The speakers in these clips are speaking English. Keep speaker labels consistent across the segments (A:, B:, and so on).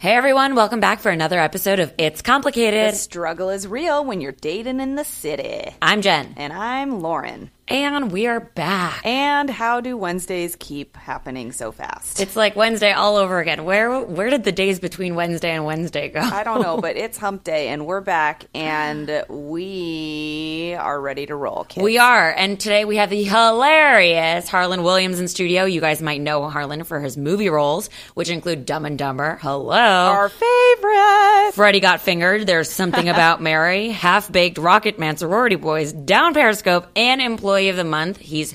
A: Hey everyone, welcome back for another episode of It's Complicated.
B: The struggle is real when you're dating in the city.
A: I'm Jen,
B: And I'm Lauren.
A: and we are back.
B: And how do Wednesdays keep happening so fast?
A: It's like Wednesday all over again. Where where did the days between Wednesday and Wednesday go?
B: I don't know, but it's hump day and we're back and we are ready to roll, kids.
A: We are, and today we have the hilarious Harlan Williams in studio. You guys might know Harlan for his movie roles, which include Dumb and Dumber. Hello.
B: Our favorite.
A: Freddie Got Fingered, There's Something About Mary, Half Baked Rocket Man Sorority Boys, Down Periscope, and Employee of the Month. He's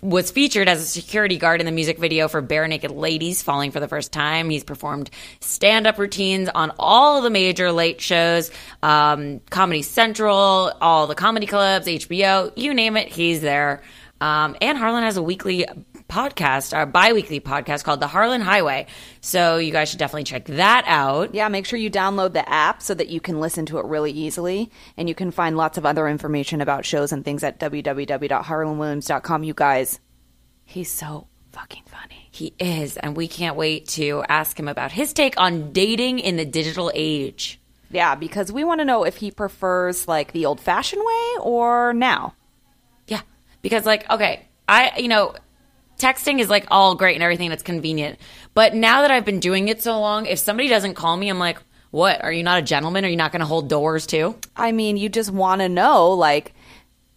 A: was featured as a security guard in the music video for Bare Naked Ladies Falling for the First Time. He's performed stand up routines on all the major late shows, um, Comedy Central, all the comedy clubs, HBO, you name it, he's there. Um, and Harlan has a weekly podcast, or bi weekly podcast called The Harlan Highway. So you guys should definitely check that out.
B: Yeah, make sure you download the app so that you can listen to it really easily. And you can find lots of other information about shows and things at www.harlanwilliams.com. You guys, he's so fucking funny.
A: He is, and we can't wait to ask him about his take on dating in the digital age.
B: Yeah, because we want to know if he prefers like the old fashioned way or now.
A: Yeah. Because, like, okay, I, you know, texting is like all great and everything that's convenient. But now that I've been doing it so long, if somebody doesn't call me, I'm like, what? Are you not a gentleman? Are you not going to hold doors too?
B: I mean, you just want to know like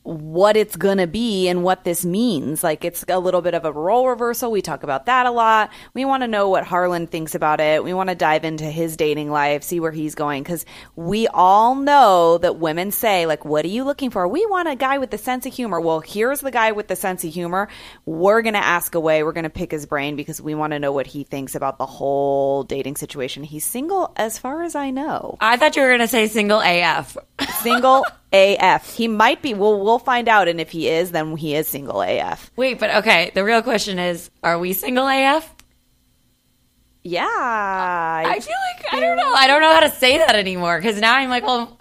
B: what it's going to be and what this means. Like it's a little bit of a role reversal. We talk about that a lot. We want to know what Harlan thinks about it. We want to dive into his dating life, see where he's going cuz we all know that women say like what are you looking for? We want a guy with a sense of humor. Well, here's the guy with the sense of humor. We're going to ask away. We're going to pick his brain because we want to know what he thinks about the whole dating situation. He's single as far as I know
A: I thought you were going to say single AF.
B: single AF. He might be. We'll we'll find out, and if he is, then he is single AF.
A: Wait, but okay, the real question is are we single AF?
B: Yeah,
A: I feel like, I don't know. I don't know how to say that anymore because now I'm like, well,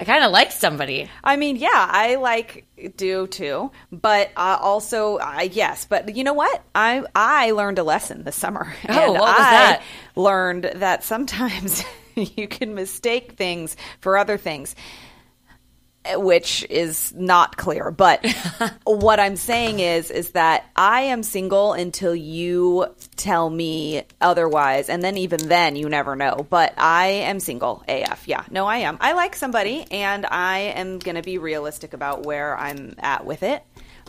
A: I kind of like somebody.
B: I mean, yeah, I like do too, but uh, also I yes, but you know what? I I learned a lesson this summer. Oh,
A: what was that?
B: Learned that sometimes you can mistake things for other things. Which is not clear, but what I'm saying is, is that I am single until you tell me otherwise, and then even then, you never know. But I am single AF. Yeah, no, I am. I like somebody, and I am gonna be realistic about where I'm at with it.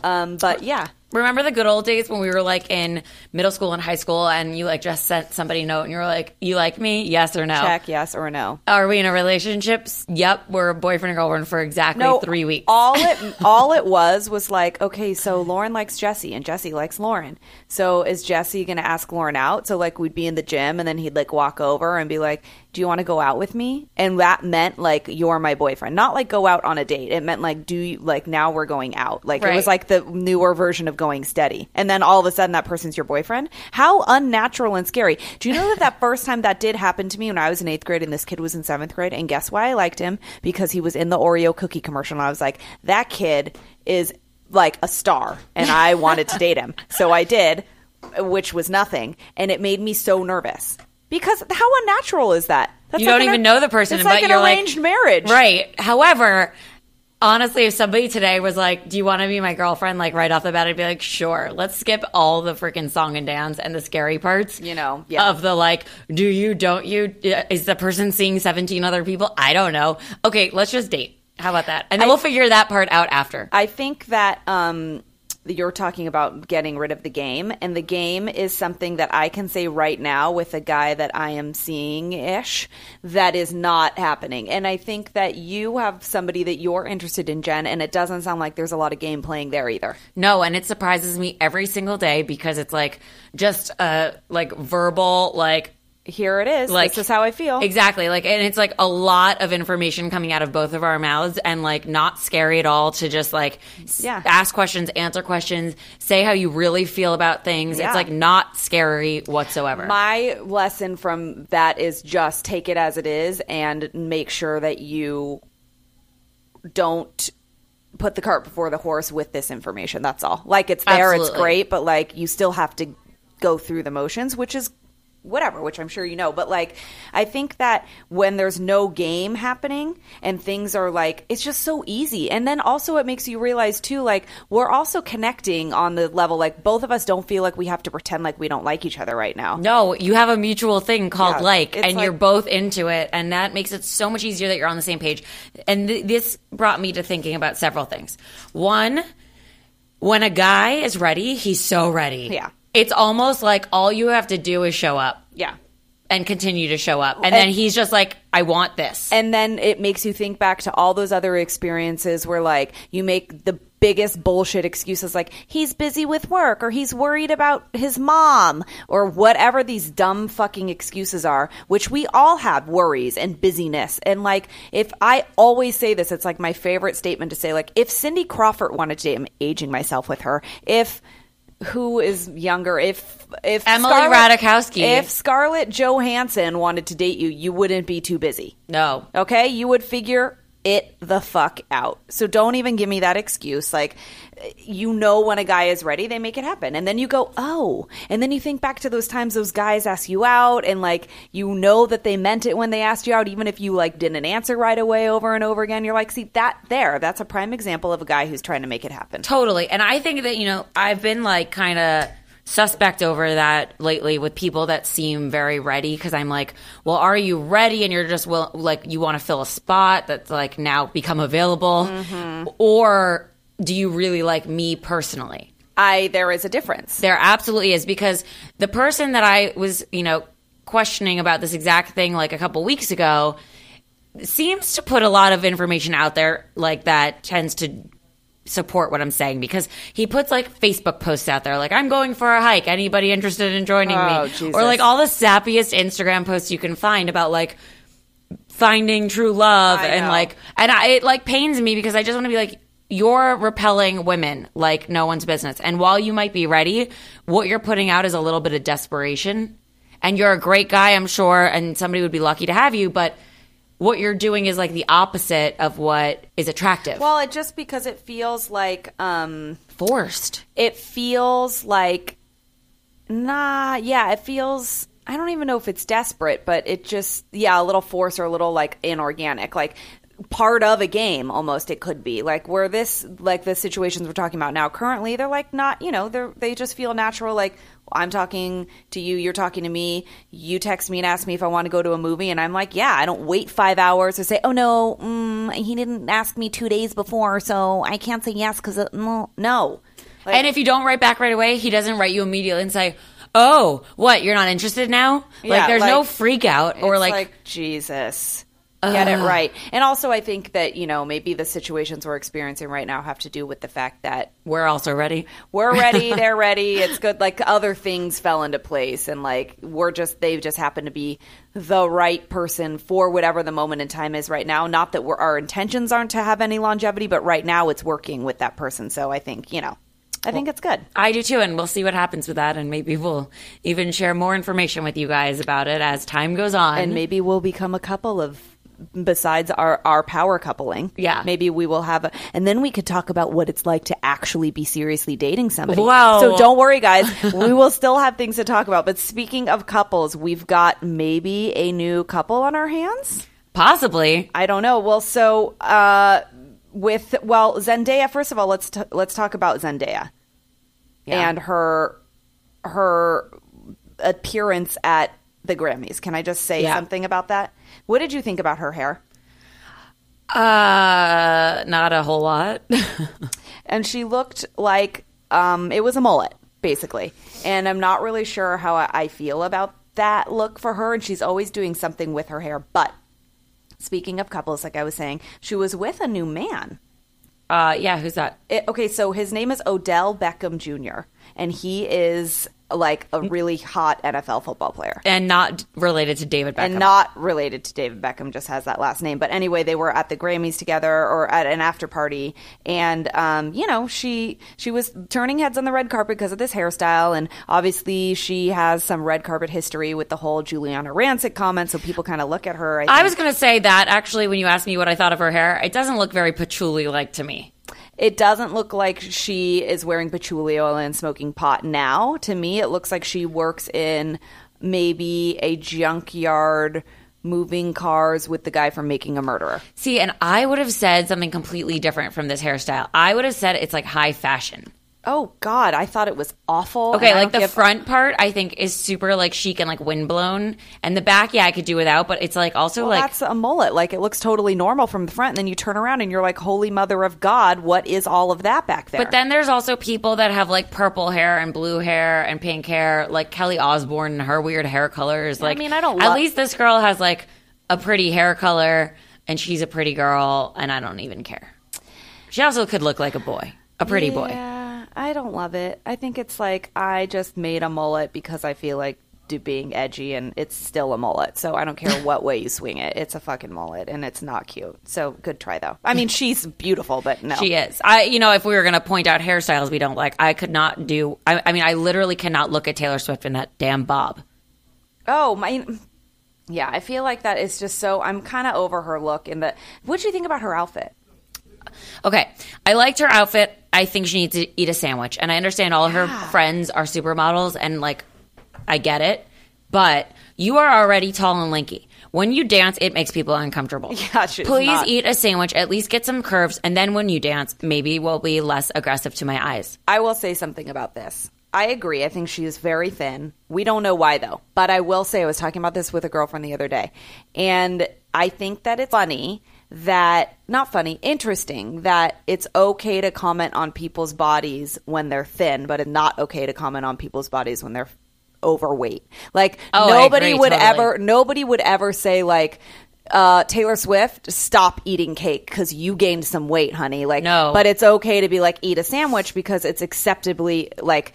B: Um, but yeah,
A: Remember the good old days when we were like in middle school and high school, and you like just sent somebody a note and you were like, "You like me? Yes or no?
B: check yes or no.
A: Are we in a relationship? S- Yep, we're a boyfriend and girlfriend for exactly three weeks."
B: All it all it was was like, okay, so Lauren likes Jesse and Jesse likes Lauren. So is Jesse gonna ask Lauren out? So like we'd be in the gym and then he'd like walk over and be like, Do you wanna go out with me? And that meant like you're my boyfriend. Not like go out on a date. It meant like do you like now we're going out. Like it
A: Right.
B: was like the newer version of going steady. And then all of a sudden that person's your boyfriend. How unnatural and scary. Do you know that that first time that did happen to me when I was in eighth grade and this kid was in seventh grade? And guess why I liked him? Because he was in the Oreo cookie commercial. And I was like, that kid is like a star. And I wanted to date him. So I did, which was nothing. And it made me so nervous. Because how unnatural is that? That's
A: you
B: like
A: don't
B: an-
A: even know the person,
B: It's
A: but
B: like an
A: you're
B: arranged
A: like,
B: marriage,
A: right? However, honestly, if somebody today was like, "Do you want to be my girlfriend?" like right off the bat, I'd be like, "Sure." Let's skip all the freaking song and dance and the scary parts,
B: You know, yeah.
A: of the like, "Do you? Don't you? uh, Is the person seeing seventeen other people?" I don't know. Okay, let's just date. How about that? And then we'll figure that part out after.
B: I think that um, you're talking about getting rid of the game, and the game is something that I can say right now with a guy that I am seeing ish that is not happening. And I think that you have somebody that you're interested in, Jen, and it doesn't sound like there's a lot of game playing there either.
A: No, and it surprises me every single day because it's like just uh like verbal like
B: here it is.
A: Like-
B: this is how I feel.
A: Exactly. Like, and it's like a lot of information coming out of both of our mouths and like not scary at all to just like s-
B: Yeah.
A: ask questions, answer questions, say how you really feel about things.
B: Yeah.
A: It's like not scary whatsoever.
B: My lesson from that is just take it as it is and make sure that you don't put the cart before the horse with this information. That's all. Like it's there, it's
A: Absolutely.
B: great, but like you still have to go through the motions, which is whatever, which I'm sure you know. But like I think that when there's no game happening and things are like it's just so easy. And then also it makes you realize too like we're also connecting on the level like both of us don't feel like we have to pretend like we don't like each other right now.
A: no, you have a mutual thing called
B: Yeah,
A: like,
B: it's
A: and you're
B: like-
A: both into it, and that makes it so much easier that you're on the same page. And th- this brought me to thinking about several things. One, when a guy is ready, he's so ready.
B: Yeah.
A: It's almost like all you have to do is show up.
B: Yeah.
A: and continue to show up. And then he's just like, I want this.
B: And then it makes you think back to all those other experiences where, like, you make the biggest bullshit excuses, like, he's busy with work or he's worried about his mom or whatever these dumb fucking excuses are, which we all have worries and busyness. And, like, if I always say this, it's like my favorite statement to say, like, if Cindy Crawford wanted to, I'm aging myself with her. If who is younger? If if
A: Emily Ratajkowski.
B: if Scarlett Johansson wanted to date you, you wouldn't be too busy.
A: no.
B: Okay, you would figure it the fuck out. So don't even give me that excuse. Like, you know, when a guy is ready, they make it happen. And then you go, oh. And then you think back to those times those guys asked you out, and like, you know that they meant it when they asked you out, even if you like didn't answer right away over and over again. You're like, see, that there, that's a prime example of a guy who's trying to make it happen.
A: Totally. And I think that, you know, I've been like kind of suspect over that lately with people that seem very ready because I'm like, well, are you ready? And you're just will- like, you want to fill a spot that's like now become available. Or do you really like me personally?
B: I, there is a difference.
A: There absolutely is because the person that I was, you know, questioning about this exact thing like a couple weeks ago seems to put a lot of information out there like that tends to support what I'm saying because he puts like Facebook posts out there like I'm going for a hike anybody interested in joining
B: Oh,
A: me
B: Jesus.
A: or like all the sappiest Instagram posts you can find about like finding true love
B: I
A: and
B: know.
A: like and I it like pains me because I just want to be like you're repelling women like no one's business. And while you might be ready, what you're putting out is a little bit of desperation. And you're a great guy, I'm sure, and somebody would be lucky to have you, but what you're doing is like the opposite of what is attractive.
B: Well, it just because it feels like, um,
A: Forced.
B: it feels like nah yeah it feels i don't even know if it's desperate but it just yeah a little force or a little like inorganic like part of a game almost it could be like where this like the situations we're talking about now currently they're like not you know they're they just feel natural like i'm talking to you you're talking to me you text me and ask me if i want to go to a movie and i'm like yeah i don't wait five hours or say oh no mm, he didn't ask me two days before so i can't say yes because no no Like-
A: and if you don't write back right away, he doesn't write you immediately and say, Oh, what, you're not interested now?
B: Yeah,
A: like there's no
B: like-
A: freak out or
B: It's
A: like,
B: Jesus. Get it right. And also, I think that, you know, maybe the situations we're experiencing right now have to do with the fact that
A: we're also ready.
B: we're ready, they're ready, it's good. Like other things fell into place, and like we're just, they just happen to be the right person for whatever the moment in time is right now. Not that we're, our intentions aren't to have any longevity, but right now it's working with that person. So I think, you know, I think it's good.
A: I do too, and we'll see what happens with that, and maybe we'll even share more information with you guys about it as time goes on.
B: and maybe we'll become a couple of besides our our power coupling
A: Yeah.
B: maybe we will have a and then we could talk about what it's like to actually be seriously dating somebody
A: Wow.
B: so don't worry guys we will still have things to talk about but speaking of couples we've got maybe a new couple on our hands
A: Possibly.
B: i don't know well so uh with well zendaya first of all let's t- let's talk about zendaya
A: Yeah.
B: and her her appearance at the Grammys. Can I just say
A: Yeah.
B: something about that? What did you think about her hair?
A: Uh, not a whole lot.
B: And she looked like um, it was a mullet, basically. And I'm not really sure how I, I feel about that look for her. And she's always doing something with her hair. But speaking of couples, like I was saying, she was with a new man.
A: Uh, yeah, who's that?
B: It, okay, so his name is Odell Beckham Jr. and he is like a really hot NFL football player.
A: and not related to David Beckham.
B: And not related to David Beckham, just has that last name. But anyway, they were at the Grammys together or at an after party, and um, you know she she was turning heads on the red carpet because of this hairstyle, and obviously she has some red carpet history with the whole Juliana Rancic comment, so people kind of look at her. I,
A: I
B: think.
A: was going to say that actually when you asked me what I thought of her hair, it doesn't look very patchouli like to me.
B: It doesn't look like she is wearing patchouli oil and smoking pot now. To me, it looks like she works in maybe a junkyard moving cars with the guy from Making a Murderer.
A: See, and I would have said something completely different from this hairstyle. I would have said it's like high fashion.
B: Oh God, I thought it was awful. and
A: Okay,
B: I
A: like
B: don't
A: the
B: give-
A: front part I think is super like chic and like windblown. And the back, yeah, I could do without, but it's like also
B: Well,
A: like
B: that's a mullet. Like it looks totally normal from the front, and then you turn around and you're like, "Holy Mother of God, what is all of that back there?"
A: But then there's also people that have like purple hair and blue hair and pink hair, like Kelly Osbourne and her weird hair colors. Like,
B: mean, I don't
A: At
B: lo-
A: least this girl has like a pretty hair color, and she's a pretty girl, and I don't even care. She also could look like a boy, a pretty boy.
B: Yeah, I don't love it. I think it's like I just made a mullet because I feel like do being edgy, and it's still a mullet. So I don't care what way you swing it. It's a fucking mullet, and it's not cute. So good try though. I mean, she's beautiful, but no,
A: She is. I, you know, if we were gonna point out hairstyles we don't like, I could not do. I, I mean, I literally cannot look at Taylor Swift in that damn bob.
B: Oh my. Yeah, I feel like that is just so. I'm kind of over her look. In the, what do you think about her outfit?
A: Okay. I liked her outfit. I think she needs to eat a sandwich. And I understand all her friends are supermodels and like I get it. But you are already tall and lanky. When you dance, it makes people uncomfortable.
B: Yeah, she's
A: Please
B: not-
A: eat a sandwich, at least get some curves, and then when you dance, maybe we'll be less aggressive to my eyes.
B: I will say something about this. I agree. I think she is very thin. We don't know why though. But I will say I was talking about this with a girlfriend the other day. And I think that it's funny that not funny, interesting that it's okay to comment on people's bodies when they're thin, but it's not okay to comment on people's bodies when they're overweight. Like
A: Oh, I
B: nobody
A: agree,
B: would
A: totally.
B: ever nobody would ever say like uh, Taylor Swift, stop eating cake because you gained some weight, honey. Like,
A: No.
B: but it's okay to be like eat a sandwich because it's acceptably like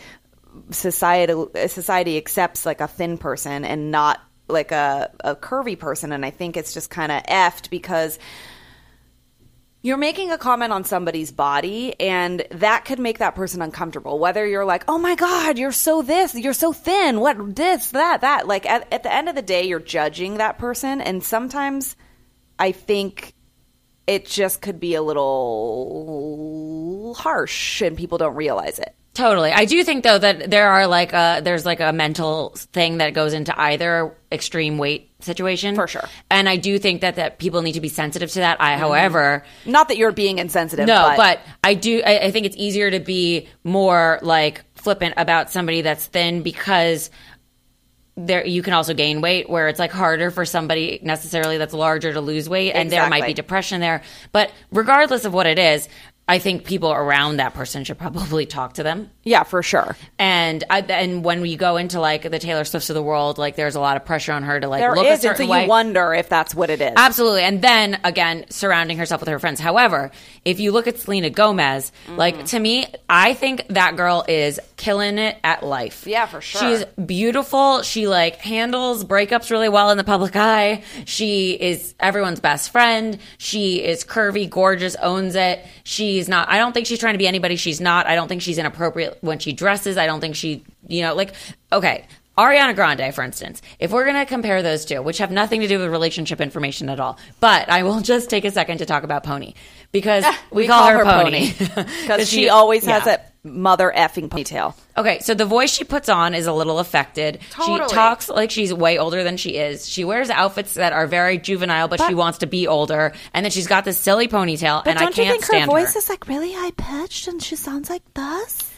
B: societal society accepts like a thin person and not like a, a curvy person. And I think it's just kind of effed because you're making a comment on somebody's body and that could make that person uncomfortable whether you're like oh my god you're so this you're so thin what this that that like at, at the end of the day you're judging that person and sometimes i think it just could be a little harsh and people don't realize it
A: Totally. I do think though that there are like a there's like a mental thing that goes into either extreme weight situation.
B: For sure. Mm-hmm.
A: And I do think that that people need to be sensitive to that. I however,
B: not that you're being insensitive
A: No,
B: but,
A: but, I do. I, I think it's easier to be more like flippant about somebody that's thin because there you can also gain weight. Where it's like harder for somebody necessarily that's larger to lose weight, and there might be
B: Exactly.
A: depression there. But regardless of what it is, I think people around that person should probably talk to them.
B: yeah for sure
A: And I, and when you go into like the Taylor Swifts of the world, like there's a lot of pressure on her to like
B: there
A: look
B: is
A: a
B: and so
A: certain
B: you
A: way.
B: wonder if that's what it is
A: Absolutely. And then again, surrounding herself with her friends. However, if you look at Selena Gomez,
B: Mm-hmm.
A: like to me, I think that girl is killing it at life.
B: Yeah, for sure.
A: She's beautiful. She like handles breakups really well in the public eye. She is everyone's best friend. She is curvy, gorgeous, owns it. She's not, I don't think she's trying to be anybody she's not. I don't think she's inappropriate when she dresses. I don't think she, you know, like, okay. Ariana Grande, for instance, if we're going to compare those two, which have nothing to do with relationship information at all, but I will just take a second to talk about Pony because
B: Ah,
A: we, call, her, Pony.
B: because she, always has
A: yeah.
B: that mother effing ponytail
A: Okay, so the voice she puts on is a little affected.
B: Totally.
A: She talks like she's way older than she is. She wears outfits that are very juvenile, but, she wants to be older. And then she's got this silly ponytail, and I can't stand her.
B: is like really high pitched and she sounds like this?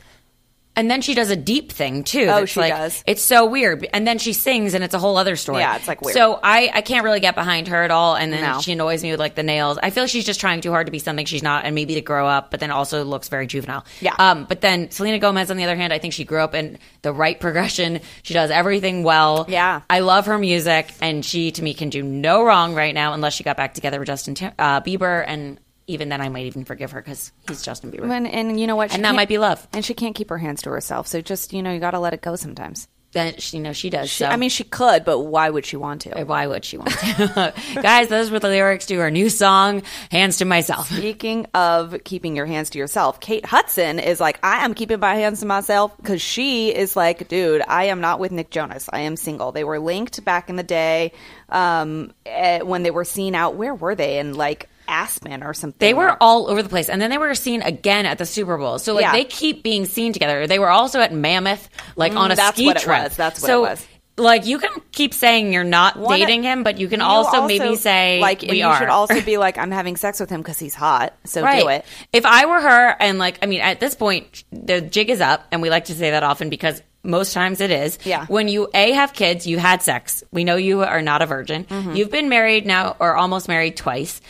A: and then she does a deep thing too.
B: Oh,
A: that's
B: she
A: like,
B: does.
A: It's so weird. And then she sings, and it's a whole other story.
B: Yeah, it's, like, weird.
A: So I, I can't really get behind her at all. And then
B: No.
A: she annoys me with like the nails. I feel like she's just trying too hard to be something she's not, and maybe to grow up, but then also looks very juvenile.
B: Yeah.
A: Um. But then Selena Gomez, on the other hand, I think she grew up in the right progression. She does everything well.
B: Yeah.
A: I love her music, and she to me can do no wrong right now, unless she got back together with Justin Tim- uh, Bieber and. even then, I might even forgive her because he's Justin Bieber.
B: And, and you know what? She
A: and that
B: can't-
A: might be love.
B: And she can't keep her hands to herself. So just, you know, you got to let it go sometimes.
A: Then she, you know, she does.
B: She,
A: so.
B: I mean, she could, but why would she want to?
A: why would she want to? Guys, those were the lyrics to her new song, Hands to Myself.
B: Speaking of keeping your hands to yourself, Kate Hudson is like, I am keeping my hands to myself because she is like, dude, I am not with Nick Jonas. I am single. They were linked back in the day um, eh, when they were seen out. Where were they? In like Aspen or something.
A: They were all over the place. And then they were seen again at the Super Bowl. So, like,
B: Yeah.
A: they keep being seen together. They were also at Mammoth, like, on a
B: Mm, that's
A: ski
B: what it
A: trip.
B: was. That's what it
A: so,
B: was.
A: Like, you can keep saying you're not
B: One-
A: dating him, but you can
B: You
A: also, maybe say,
B: like, and
A: we
B: you
A: are.
B: should also be like, I'm having sex with him because he's hot. So do it.
A: If I were her, and like, I mean, at this point, the jig is up, and we like to say that often because most times it is.
B: Yeah.
A: When you a have kids, you had sex. We know you are not a virgin.
B: Mm-hmm.
A: You've been married now, or almost married twice.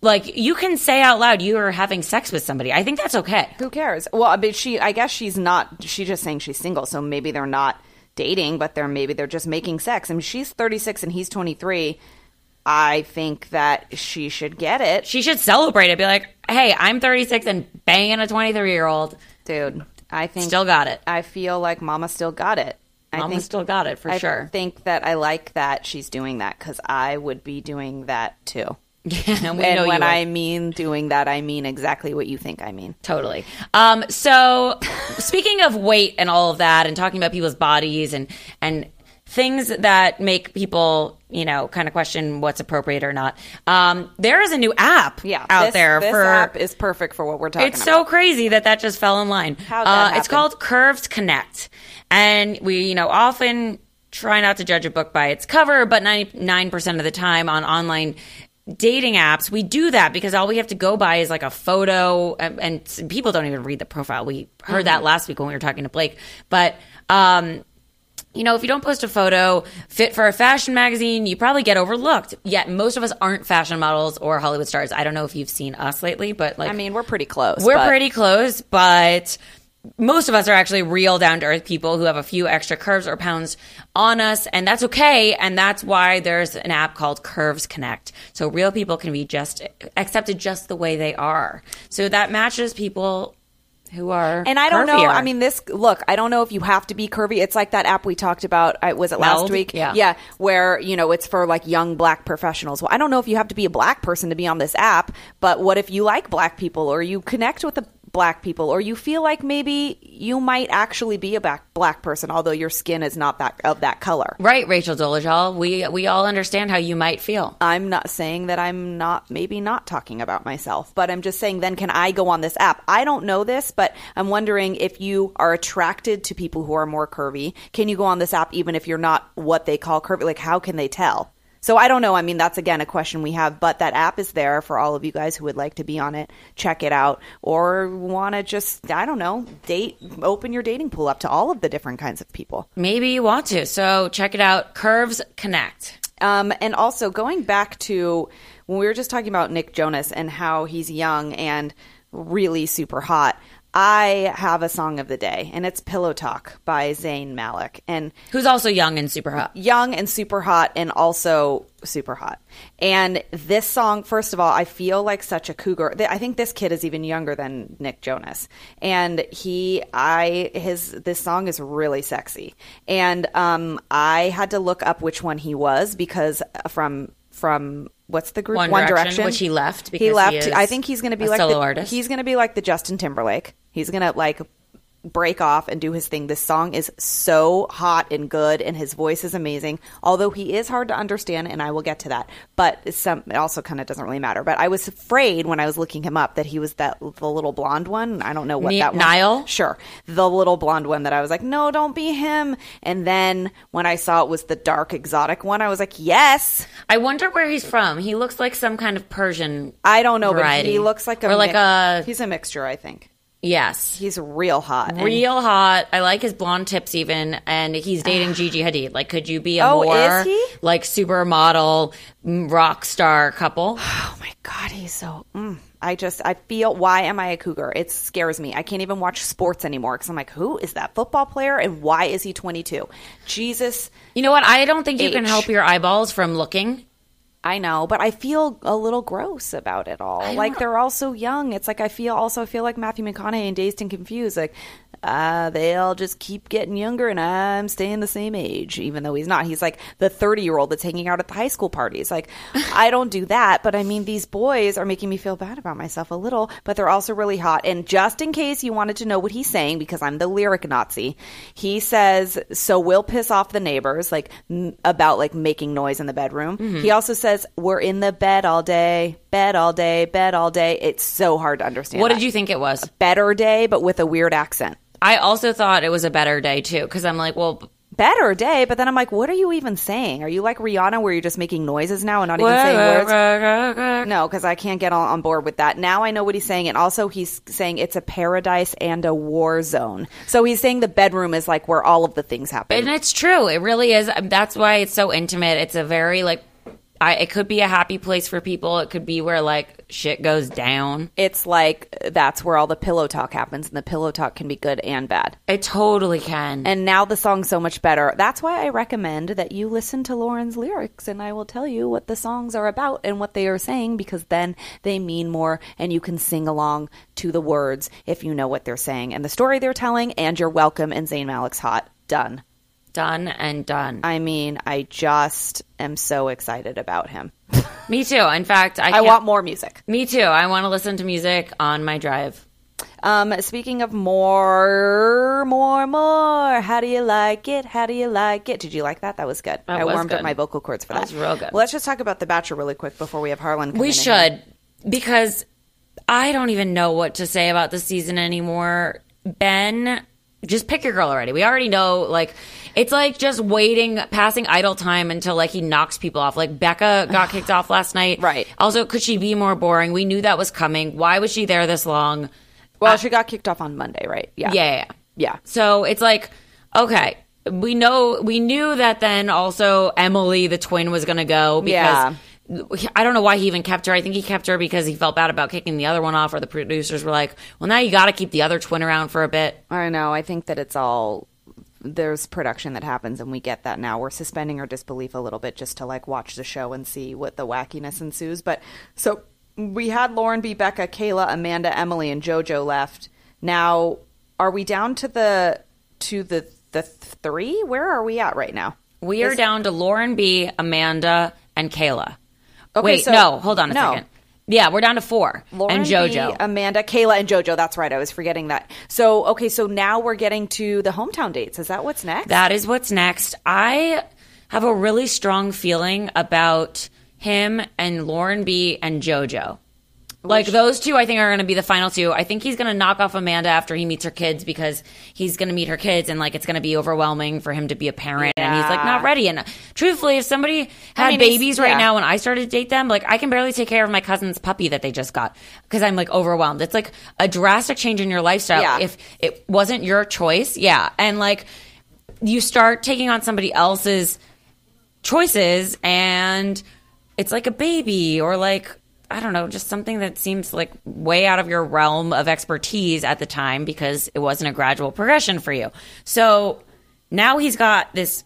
A: Like you can say out loud, you are having sex with somebody. I think that's okay.
B: Who cares? Well, but she, I guess she's not, she's just saying she's single. So maybe they're not dating, but they're maybe they're just making sex. I mean, she's 36 and he's 23. I think that she should get it.
A: She should celebrate it. Be like, hey, I'm 36 and banging a 23 year old.
B: Dude, I think.
A: Still got it.
B: I feel like mama still got it. I
A: Mama
B: think,
A: still got it for
B: I
A: sure.
B: think that I like that she's doing that because I would be doing that too.
A: and we know
B: And when
A: you would.
B: I mean doing that, I mean exactly what you think I mean.
A: Totally. Um, so, speaking of weight and all of that, and talking about people's bodies and and things that make people, you know, kind of question what's appropriate or not. Um, there is a new app
B: Yeah,
A: out
B: this-
A: there
B: this
A: for.
B: app is perfect for what we're talking
A: it's
B: about.
A: so crazy that that just fell in line. Uh,
B: How'd
A: it's
B: that happen?
A: called Curves Connect, and we, you know, often try not to judge a book by its cover, but ninety nine percent of the time on online dating apps, we do that because all we have to go by is like a photo, and, and s- people don't even read the profile. We heard
B: Mm-hmm.
A: that last week when we were talking to Blake, but. um you know, if you don't post a photo fit for a fashion magazine, you probably get overlooked. Yet most of us aren't fashion models or Hollywood stars. I don't know if you've seen us lately, but like
B: I mean, we're pretty close.
A: we're
B: but-
A: pretty close, but most of us are actually real down to earth people who have a few extra curves or pounds on us, and that's okay. And that's why there's an app called Curves Connect. So real people can be just accepted just the way they are. So that matches people who are
B: And I don't know.
A: curvier.
B: I mean, this look. I don't know if you have to be curvy. It's like that app we talked about. I, was it last
A: Meld?
B: week?
A: Yeah.
B: yeah. Where you know it's for like young black professionals. Well, I don't know if you have to be a black person to be on this app. But what if you like black people, or you connect with the black people, or you feel like maybe you might actually be a black black person, although your skin is not that of that color.
A: right, Rachel Dolezal? We we all understand how you might feel.
B: I'm not saying that I'm not maybe not talking about myself, but I'm just saying then can I go on this app? I don't know this, but I'm wondering if you are attracted to people who are more curvy, can you go on this app even if you're not what they call curvy? Like how can they tell? So I don't know. I mean, that's again a question we have, but that app is there for all of you guys who would like to be on it. Check it out or want to just I don't know, date open your dating pool up to all of the different kinds of people.
A: Maybe you want to. So check it out. Curves Connect.
B: Um, and also going back to when we were just talking about Nick Jonas and how he's young and really super hot. I have a song of the day, and it's "Pillow Talk" by Zayn Malik, and
A: Who's also young and super hot.
B: young and super hot, and also super hot. And this song, first of all, I feel like such a cougar. Th- I think this kid is even younger than Nick Jonas, and he, I, his, this song is really sexy. And um, I had to look up which one he was because uh, from from what's the group
A: One Direction, which he left because he
B: he left.
A: is
B: I think he's going to be
A: a
B: like
A: solo
B: the,
A: artist.
B: He's going to be like the Justin Timberlake. He's going to like break off and do his thing. This song is so hot and good, and his voice is amazing. Although he is hard to understand, and I will get to that. But some it also kind of doesn't really matter. But I was afraid when I was looking him up that he was that the little blonde one. I don't know what
A: Ni-
B: that one.
A: Niall?
B: Sure, the little blonde one that I was like, no, don't be him. And then when I saw it was the dark exotic one, I was like, yes.
A: I wonder where he's from. He looks like some kind of Persian.
B: I don't know,
A: variety.
B: but he looks like a
A: or like
B: mi-
A: a
B: he's a mixture. I think
A: yes,
B: he's real hot. and-
A: real hot. I like his blonde tips even, and he's dating Gigi Hadid. Like, could you be a
B: Oh,
A: more
B: is he?
A: like supermodel mm, rock star couple?
B: oh my god, he's so. Mm, I just I feel why am I a cougar? It scares me. I can't even watch sports anymore because I'm like, who is that football player and why is he 22? Jesus,
A: You know what? I don't think you can
B: H.
A: help your eyeballs from looking.
B: I know, but I feel a little gross about it all. Like they're all so young. It's like I feel also I feel like Matthew McConaughey in Dazed and Confused. Like uh, they all just keep getting younger, and I'm staying the same age, even though he's not. He's like the 30 year old that's hanging out at the high school parties. Like I don't do that, but I mean these boys are making me feel bad about myself a little, but they're also really hot. And just in case you wanted to know what he's saying, because I'm the lyric Nazi, he says so we'll piss off the neighbors like n- about like making noise in the bedroom.
A: Mm-hmm.
B: He also says we're in the bed all day, bed all day, bed all day. It's so hard to understand.
A: What
B: that.
A: did you think it was?
B: better day, but with a weird accent?
A: I also thought it was a better day too because I'm like, well,
B: Better day, but then I'm like, what are you even saying? Are you like Rihanna, where you're just making noises now and not even saying words? No, because I can't get on, on board with that. Now I know what he's saying, and also he's saying it's a paradise and a war zone. So he's saying the bedroom is like where all of the things happen.
A: and it's true. It really is. Um, That's why it's so intimate. It's a very like, I, it could be a happy place for people. It could be where like shit goes down.
B: it's like that's where all the pillow talk happens, and the pillow talk can be good and bad.
A: It totally can.
B: And now the song's so much better. That's why I recommend that you listen to Lauren's lyrics, and I will tell you what the songs are about and what they are saying because then they mean more, and you can sing along to the words if you know what they're saying and the story they're telling. And you're welcome. And Zayn Malik's hot. Done.
A: done and done.
B: I mean, I just am so excited about him.
A: Me too. In fact, I,
B: I
A: can't-
B: want more music.
A: Me too. I want to listen to music on my drive.
B: Um, speaking of more, more, more, how do you like it? How do you like it? Did you like that? That was good. I
A: was
B: warmed
A: good.
B: up my vocal cords for that.
A: was real good.
B: Well, let's just talk about The Bachelor really quick before we have Harlan. Come
A: We
B: in and-
A: should because I don't even know what to say about the season anymore. Ben, just pick your girl already. We already know like it's like just waiting, passing idle time until like he knocks people off. Like Becca got kicked off last night.
B: Right.
A: Also, could she be more boring? We knew that was coming. Why was she there this long?
B: Well, she got kicked off on Monday, right? Yeah.
A: Uh, Yeah, yeah. yeah.
B: Yeah.
A: So it's like, okay, we know we knew that then also Emily the twin was gonna go because I don't know why he even kept her. I think he kept her because he felt bad about kicking the other one off, or the producers were like, Well now you gotta keep the other twin around for a bit.
B: I know. I think that it's all there's production that happens and we get that now. We're suspending our disbelief a little bit just to like watch the show and see what the wackiness ensues. But so we had Lauren B, Becca, Kayla, Amanda, Emily, and JoJo left. Now are we down to the to the the three? Where are we at right now?
A: We are down to Lauren B, Amanda, and Kayla.
B: Okay,
A: Wait,
B: so-
A: no, hold on a
B: no.
A: second. Yeah, we're down to four.
B: Lauren
A: and JoJo.
B: B, Amanda, Kayla, and JoJo. That's right. I was forgetting that. So okay, so now we're getting to the hometown dates. Is that what's next?
A: That is what's next. I have a really strong feeling about him and Lauren B and JoJo. Like those two, I think are going to be the final two. I think he's going to knock off Amanda after he meets her kids because he's going to meet her kids and like it's going to be overwhelming for him to be a parent and he's like not ready. And truthfully, if somebody had
B: mean, he's-
A: babies right
B: yeah.
A: now when I started to date them, like I can barely take care of my cousin's puppy that they just got because I'm like overwhelmed. It's like a drastic change in your lifestyle.
B: Yeah.
A: If it wasn't your choice, yeah, and like you start taking on somebody else's choices and it's like a baby or like I don't know, just something that seems like way out of your realm of expertise at the time because it wasn't a gradual progression for you. So now he's got this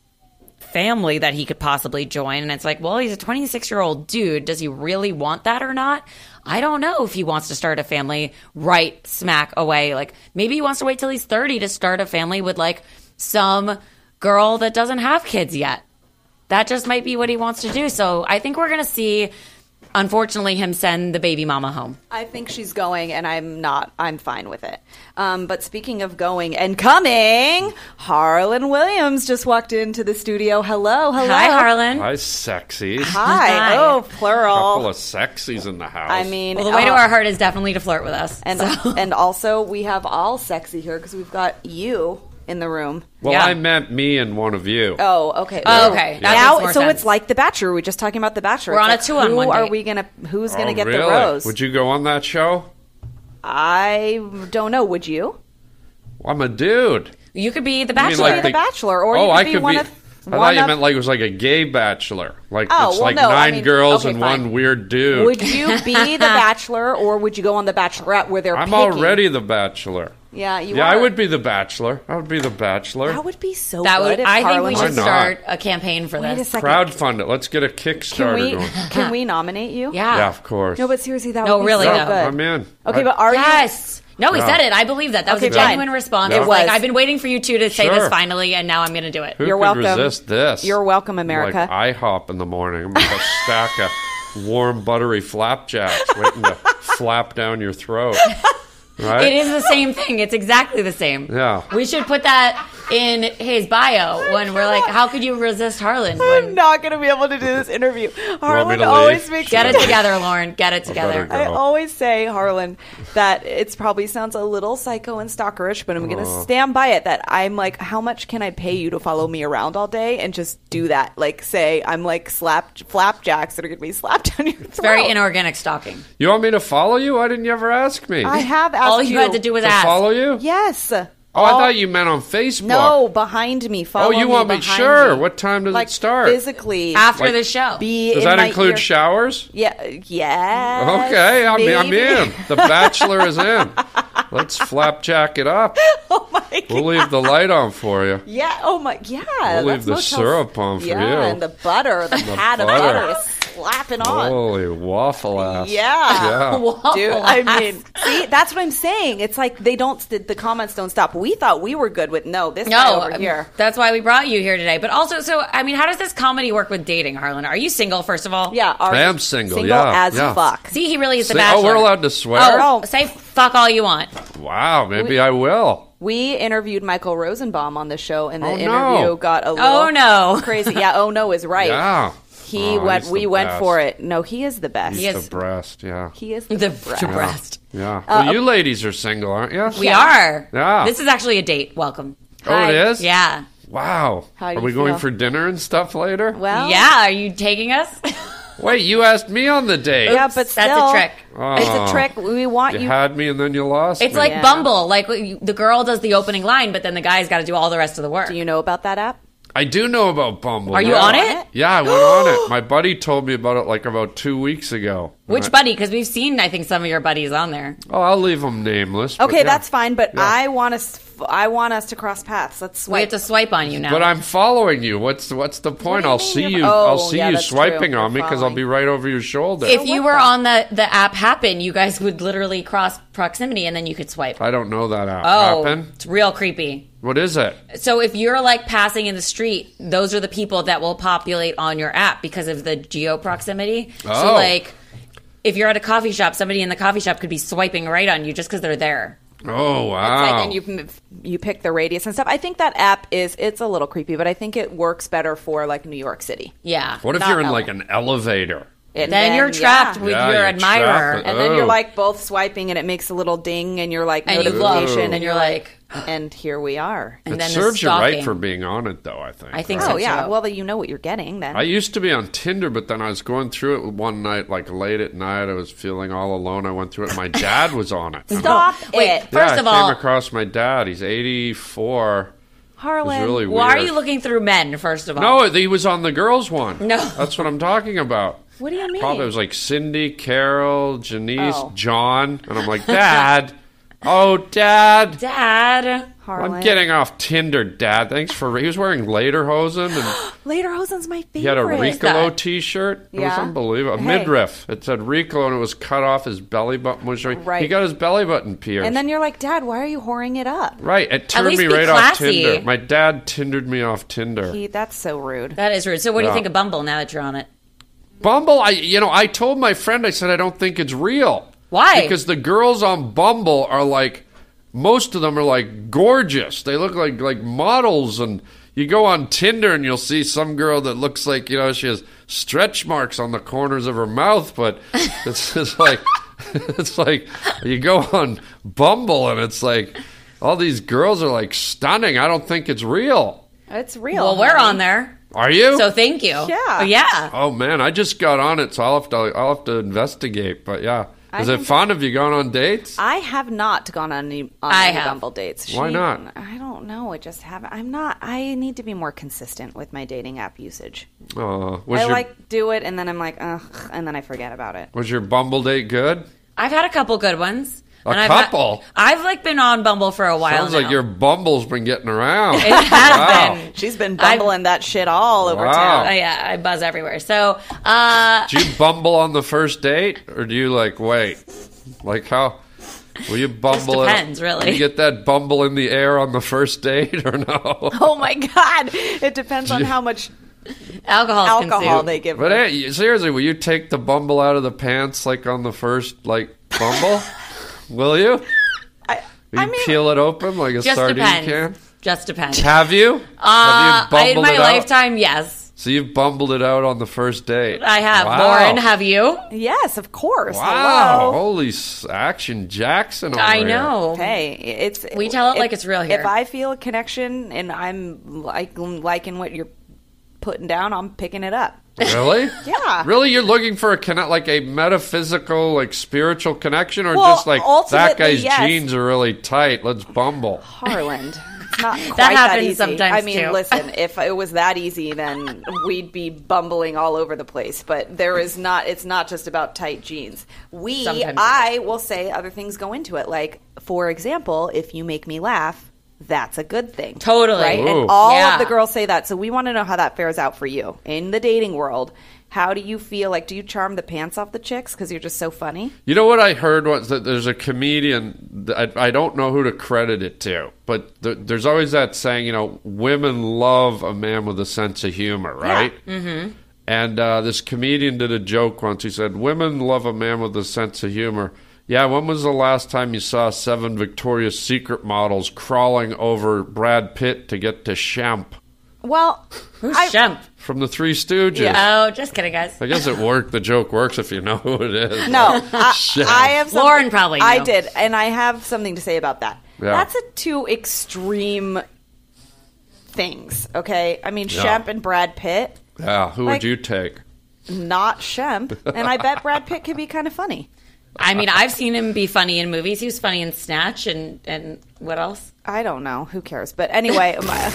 A: family that he could possibly join. And it's like, well, he's a 26 year old dude. Does he really want that or not? I don't know if he wants to start a family right smack away. Like, maybe he wants to wait till he's 30 to start a family with like some girl that doesn't have kids yet. That just might be what he wants to do. So I think we're going to see, unfortunately, him send the baby mama home.
B: I think she's going, and I'm not. I'm fine with it. Um, but speaking of going and coming, Harlan Williams just walked into the studio. Hello, hello,
A: Hi, Harlan.
C: Hi, sexies.
B: Hi.
A: Hi.
B: Oh,
C: Couple
B: plural.
C: of sexies in the house.
B: I mean,
A: Well, the way to
B: uh,
A: our heart is definitely to flirt with us.
B: and and also we have all sexy here because we've got you in the room.
C: well,
A: yeah.
C: I meant me and one of you.
B: Oh, okay.
A: Oh, okay. That
B: now,
A: makes more
B: so
A: sense.
B: it's like The Bachelor. We were just talking about The Bachelor.
A: We're
B: It's
A: on a
B: like,
A: two-on-one
B: Who are
A: date.
B: we gonna? Who's gonna
C: Oh,
B: get the
C: really?
B: rose?
C: Would you go on that show?
B: I don't know. Would you?
C: I'm a dude.
A: you could be the
C: You
A: bachelor.
C: mean like
B: be The Bachelor, or
C: oh,
B: you could
C: I
B: be
C: could
B: one
C: be.
B: of-
C: I
B: one
C: thought you
B: of-
C: meant like it was like a gay bachelor. Like
B: Oh,
C: it's
B: well,
C: like
B: no, I
C: nine
B: mean-
C: girls
B: okay,
C: and
B: fine.
C: one weird dude.
B: Would you be the bachelor or would you go on the bachelorette where they're
C: I'm
B: picking?
C: already the bachelor.
B: Yeah, you.
C: Yeah, I
B: are.
C: would be the bachelor. I would be the bachelor.
B: That would be so.
A: That
B: good
A: would.
B: if
A: I think
B: Harlan
A: we
C: Why
A: should
C: not?
A: start a campaign for
B: Wait a
A: this.
B: second.
C: Crowdfund it. Let's get a Kickstarter
B: Can we?
C: going.
B: Can we nominate you?
A: Yeah.
C: Yeah, of course.
B: No, but seriously, that
A: No,
B: would be
A: really,
B: so
A: no.
B: good.
C: I'm in.
B: Okay,
C: I-
B: but are you?
A: Yes. No, he
C: Yeah.
A: said it. I believe that. That was
B: Okay,
A: a genuine
B: fine.
A: response.
C: It
A: It's like
B: was.
A: I've been waiting for you two to say this
C: Sure.
A: finally, and now I'm going to do it.
C: Who
B: You're
C: could
B: welcome.
C: Resist this.
B: You're welcome, America.
C: Like IHOP in the morning. I'm gonna have a stack of warm, buttery flapjacks waiting to flap down your throat. Right?
A: It is the same thing. It's exactly the same.
C: Yeah.
A: We should put that in his bio when we're like, how could you resist Harlan?
B: I'm
A: When,
B: not gonna be able to do this interview.
C: me
B: Harlan
C: to
B: always
C: leave?
B: makes
A: get
B: me
A: it together, Lauren. Get it
C: better
A: together.
C: go.
B: I
C: Oh.
B: always say, Harlan, that it's probably sounds a little psycho and stalkerish, but I'm going to stand by it. That I'm like, how much can I pay you to follow me around all day and just do that? Like, say I'm like slap flapjacks that are going to be slapped on your throat.
A: Very inorganic stalking.
C: you want me to follow you? Why didn't you ever ask me?
B: I have asked
A: All you had to do was
C: to
A: ask.
C: follow you?
B: Yes. Oh,
C: Oh, I thought you meant on Facebook.
B: No, behind me. Follow
C: you want me-
B: behind
C: sure. What time does it
B: like,
C: start?
B: Physically.
A: After
C: Like-
A: the show.
B: be
C: Does
B: in
C: that
B: my
C: include
B: ear.
C: showers?
B: Yeah. Yes.
C: Okay, I'm, I'm
B: baby.
C: in. The Bachelor is in. Let's flapjack it up.
B: Oh my god.
C: We'll leave the light on for you.
B: Yeah. Oh my. Yeah.
C: We'll leave
B: that's
C: the
B: motel-
C: syrup on for
B: yeah,
C: you.
B: and the butter, the, pat of
C: butter. Oh.
B: butter is slapping on.
C: Holy waffle ass.
B: Yeah.
C: Yeah.
A: Oh,
B: Dude, I mean, see, that's what I'm saying. It's like they don't. The, the comments don't stop. We thought we were good with no. This guy
A: No,
B: over here.
A: that's why we brought you here today. But also, so I mean, how does this comedy work with dating, Harlan? Are you single, first of all?
B: Yeah, our,
C: I am single,
B: Single
C: yeah,
B: as
C: yeah.
B: fuck.
A: See, he really is the
C: Sing-
A: bachelor.
C: oh, we're allowed to swear?
A: Oh,
B: Oh.
A: say fuck all you want.
C: Wow, maybe I will.
B: We interviewed Michael Rosenbaum on the show, and the
C: Oh, no.
B: interview got a little
A: Oh, no.
B: crazy. Yeah. Oh no is right.
C: Yeah.
B: He
C: Oh,
B: went.
C: he's
B: We
C: the
B: went
C: best.
B: for it. No, he is the best.
A: He
B: He is,
A: is-
C: The breast, yeah.
B: the,
A: The
B: best.
A: depressed.
C: Yeah. well, you ladies are single, aren't you?
A: We are.
C: Yeah.
A: This is actually a date. Welcome.
C: Oh, it is?
A: Yeah.
C: Wow.
B: How do
C: are
B: you
C: we going
B: feel?
C: for dinner and stuff later?
B: Well,
A: Yeah. Are you taking us?
C: Wait, you asked me on the date.
B: Yeah, but
A: That's a
B: still,
A: trick.
B: It's a trick. We want
C: Oh. You,
B: you.
C: had me and then you lost.
A: It's
C: me.
A: like
B: Yeah.
A: Bumble. Like you- the girl does the opening line, but then the guy's got to do all the rest of the work.
B: Do you know about that app?
C: I do know about Bumble.
A: Are you
C: yeah.
A: on it?
C: Yeah, I went on it. My buddy told me about it like about two weeks ago.
A: Which
C: And I-
A: buddy? Because we've seen, I think, some of your buddies on there.
C: Oh, I'll leave them nameless. but
B: Okay,
C: yeah.
B: that's fine, but I want us. I want us to cross paths. Let's
A: We
B: swipe.
A: have to swipe on you now.
C: But I'm following you. What's what's the point?
B: you
C: I'll
B: mean
C: see
B: you're-
C: you.
B: Oh,
C: I'll see
B: yeah,
C: you
B: that's true.
C: swiping on me
B: You're
C: because I'll be right over your shoulder.
A: if you
B: what
A: were
B: the-
A: on the, the app Happen, you guys would literally cross proximity and then you could swipe.
C: I don't know that app.
A: oh,
C: Happen?
A: it's real creepy.
C: What is it?
A: So if you're like passing in the street, those are the people that will populate on your app because of the geo proximity. So
C: Oh.
A: like if you're at a coffee shop, somebody in the coffee shop could be swiping right on you just because they're there.
C: Oh
B: Like,
C: wow.
B: and you you pick the radius and stuff. I think that app is it's a little creepy, but I think it works better for like New York City.
A: Yeah.
C: what if
B: not
C: you're in
B: Ellen.
C: like an elevator?
B: And
A: then, you're trapped
B: yeah.
A: with
C: Yeah,
A: your
C: you're
A: admirer.
C: trapped.
A: And,
B: and then
C: Oh.
B: you're like both swiping, and it makes a little ding, and you're like
A: and you look
B: notification,
A: and
C: Oh.
A: you're like
B: and here we are.
A: and
C: it
A: then the
C: serves you right
A: stalking.
C: for being on it, though. I think.
A: I think
C: right?
A: so.
B: Oh yeah,
A: true.
B: well you know what you're getting then.
C: I used to be on Tinder, but then I was going through it one night, like late at night. I was feeling all alone. I went through it. and My dad was on it. And-
B: Stop
A: Wait,
B: it,
C: Yeah,
A: first
C: I
A: of all,
C: came across my dad. He's 84. It was
B: Harlan.
C: really weird.
A: why are you looking through men first of all?
C: No, Oh, he was on the girls' one.
A: No.
C: that's what I'm talking about.
B: What do you mean?
C: Probably it was like Cindy, Carol, Janice,
B: Oh.
C: John, and I'm like, Dad, oh, Dad,
A: Dad.
B: Harlan.
C: I'm getting off Tinder, Dad. Thanks for he was wearing lederhosen and
B: Lederhosen's my favorite.
C: he had a Ricolo
A: that?
C: T-shirt. It was
B: Yeah.
C: unbelievable. A
B: Hey.
C: midriff. It said Ricolo and it was cut off. His belly button was showing. He
B: Right.
C: got his belly button pierced.
B: And then you're like, Dad, why are you whoring it up?
C: right, it turned
A: least
C: me
A: be
C: right off
A: classy.
C: Tinder. My dad Tindered me off Tinder.
B: He, that's so rude.
A: That is rude. So what do you
C: Yeah.
A: think of Bumble now that you're on it?
C: Bumble, I you know, I told my friend I said I don't think it's real.
A: Why?
C: Because the girls on Bumble are like most of them are like gorgeous. They look like like models and you go on Tinder and you'll see some girl that looks like, you know, she has stretch marks on the corners of her mouth, but it's just like it's like you go on Bumble and it's like all these girls are like stunning. I don't think it's real.
B: It's real.
A: Well, we're on there.
C: Are you?
A: So thank you.
B: Oh, Yeah.
A: Oh, yeah.
C: Oh man, I just got on it, so I'll have to I'll have to investigate. But yeah, is it
B: think-
C: fun? Have you gone on dates?
B: I have not gone on any, on
A: I
B: any
A: have.
B: Bumble dates.
C: Why not?
B: I don't know. I just haven't. I'm not. I need to be more consistent with my dating app usage.
C: Uh, was
B: I
C: your
B: like do it, and then I'm like, ugh, and then I forget about it.
C: was your Bumble date good?
A: I've had a couple good ones.
C: A
A: I've not-
C: couple.
A: I've like been on Bumble for a while.
C: Sounds
A: now.
C: like your bumble's been getting around.
A: It has
C: Wow.
A: been.
B: She's been bumbling that shit all over
C: Wow.
A: Oh,
B: town.
A: yeah, I buzz everywhere. So, uh,
C: Do you bumble on the first date, or do you like wait? Like how? Will you bumble? it-
A: depends, really.
C: You get that bumble in the air on the first date, or no?
B: Oh my god! It depends on how much
A: alcohol's
B: alcohol
A: consumed.
B: they give.
C: But
B: her.
C: hey, you- seriously, will you take the bumble out of the pants like on the first like bumble? will you?
B: I,
C: Will
B: I
C: you
B: mean,
C: peel it open like a
A: Just
C: sardine
A: depends.
C: can?
A: Just depends.
C: Have you?
A: Uh,
C: have you
A: I- in my
C: it out?
A: lifetime, yes,
C: So you've bumbled it out on the first date.
A: I have.
C: Wow.
A: Lauren, have you?
B: yes, of course.
C: Wow!
B: Hello.
C: Holy s- action, Jackson! Over
A: I
C: here.
A: know.
B: Hey, it's
A: We tell it
B: if-
A: like it's real here.
B: If I feel a connection and I'm like liking what you're putting down, I'm picking it up.
C: Really?
B: Yeah.
C: Really, you're looking for a conne- like a metaphysical, like spiritual connection, or
B: Well,
C: just like
B: ultimately,
C: that guy's
B: yes.
C: jeans are really tight. Let's bumble.
B: Harland. It's not quite
A: happens
B: easy.
A: sometimes,
B: I mean,
A: too.
B: listen, if it was that easy, then we'd be bumbling all over the place. But there is not. It's not just about tight jeans. We,
A: Sometimes it
B: I will say, other things go into it. Like, for example, if you make me laugh. That's a good thing.
A: Totally.
B: Right?
C: Ooh.
B: And all
A: Yeah.
B: of the girls say that. So we want to know how that fares out for you in the dating world. How do you feel? Like, do you charm the pants off the chicks because you're just so funny?
C: You know what I heard was that there's a comedian. that- I, I don't know who to credit it to, but th- there's always that saying, you know, women love a man with a sense of humor, right? Mm-hmm. And uh, this comedian did a joke once. He said, "Women love a man with a sense of humor." Yeah, when was the last time you saw seven Victoria's Secret models crawling over Brad Pitt to get to Champ
B: Well,
A: Who's
B: I-
A: Shemp?
C: from the Three Stooges?
A: Oh, just kidding, guys.
C: I guess it worked. The joke works if you know who it is.
B: No, I,
C: Shut
B: I
C: up.
B: have. Something,
A: Lauren probably
B: I
A: knew.
B: did, and I have something to say about that.
C: Yeah.
B: That's a two extreme things. Okay, I mean
C: Yeah.
B: Shemp and Brad Pitt,
C: Yeah, who
B: Like-
C: would you take?
B: not Shemp, and I bet Brad Pitt can be kind of funny.
A: I mean, I've seen him be funny in movies. He was funny in Snatch and and what else?
B: I don't know. Who cares? But anyway, my,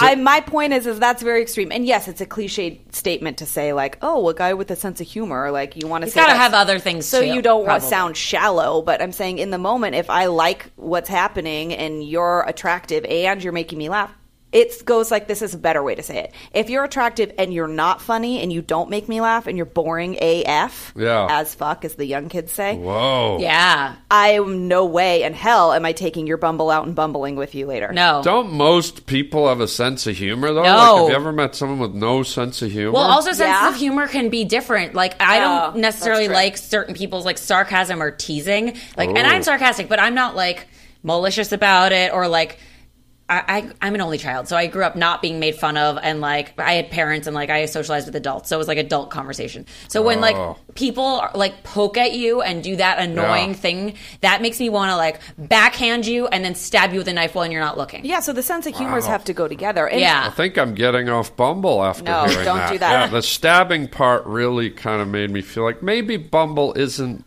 B: I, my point is, is that's very extreme. And yes, it's a cliched statement to say like, oh, a guy with a sense of humor. Like you want to
A: He's
B: say
A: got to
B: that's-
A: have other things.
B: So
A: too,
B: you don't want
A: probably.
B: to sound shallow, but I'm saying in the moment, if I like what's happening and you're attractive and you're making me laugh, it goes like this is a better way to say it. If you're attractive and you're not funny and you don't make me laugh and you're boring AF,
C: Yeah.
B: as fuck, as the young kids say,
C: Whoa.
A: Yeah.
B: I am no way in hell am I taking your bumble out and bumbling with you later.
A: No.
C: Don't most people have a sense of humor though?
A: No.
C: Like, have you ever met someone with no sense of humor?
A: Well, also senses
B: Yeah.
A: of humor can be different. Like I
B: Oh,
A: don't
B: that's
A: necessarily
B: true.
A: like certain people's like sarcasm or teasing. Like, and
C: Ooh.
A: I'm sarcastic, but I'm not like malicious about it or like. I, I, I'm an only child, so I grew up not being made fun of, and like I had parents, and like I socialized with adults, so it was like adult conversation. So when
C: Oh.
A: like people are, like poke at you and do that annoying
C: Yeah.
A: thing, that makes me want to like backhand you and then stab you with a knife while you're not looking.
B: Yeah, so the sense of humors have to go together. And
A: Yeah.
C: I think I'm getting off Bumble after
B: No,
C: hearing
B: don't
C: that.
B: do that.
C: Yeah, the stabbing part really kind of made me feel like maybe Bumble isn't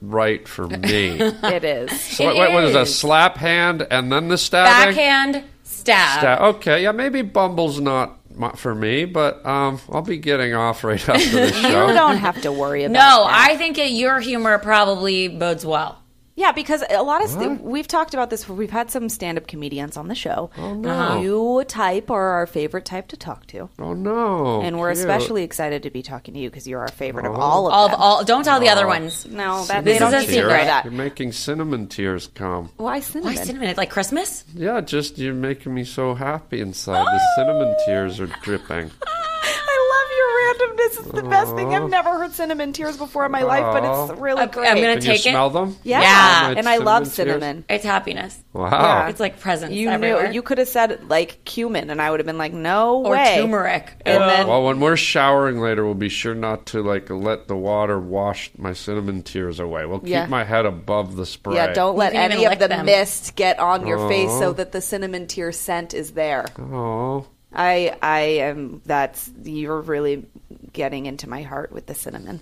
C: right for me.
B: It is.
C: so
A: It
C: what, what was a
A: is.
C: slap hand and then the stabbing?
A: Backhand, stab.
C: Stab- okay, yeah, maybe Bumble's not my- for me, but um, I'll be getting off right after the show.
B: You don't have to worry about
A: No,
B: that.
A: I think it, your humor probably bodes well.
B: Yeah, because a lot of st- we've talked about this. We've had some stand-up comedians on the show. Oh
C: no.
B: You type are our favorite type to talk to,
C: oh no!
B: and we're
C: cute. Oh.
B: especially excited to be talking to you because you're our favorite of all of
A: All, of
B: them.
A: all don't tell the other ones.
B: no, that,
A: This
B: they don't
A: is a
B: need to know
A: secret.
C: You're
B: that.
C: making cinnamon tears come.
B: Why cinnamon?
A: Why cinnamon? It's like Christmas.
C: Yeah, just you're making me so happy inside. The cinnamon tears are dripping.
B: I love your randomness. It's the best thing. I've never heard cinnamon tears before in my life, but it's really
A: I'm
B: great.
A: gonna-
C: Can
A: Take
C: you
A: it?
C: smell them?
B: yeah,
A: Yeah.
B: and I love
C: tears?
B: cinnamon.
A: It's happiness.
C: Wow.
B: Yeah.
A: It's like presents.
B: You
A: everywhere.
B: knew you could have said like cumin, and I would have been like, no
A: or
B: way.
A: turmeric.
B: And then-
C: Oh, Well, when we're showering later, we'll be sure not to like let the water wash my cinnamon tears away. We'll keep
B: Yeah.
C: my head above the spray.
B: Yeah, don't let
A: can even
B: any of
A: lick
B: the
A: them.
B: mist get on your face so that the cinnamon tear scent is there.
C: Oh,
B: I I am that's you're really getting into my heart with the cinnamon.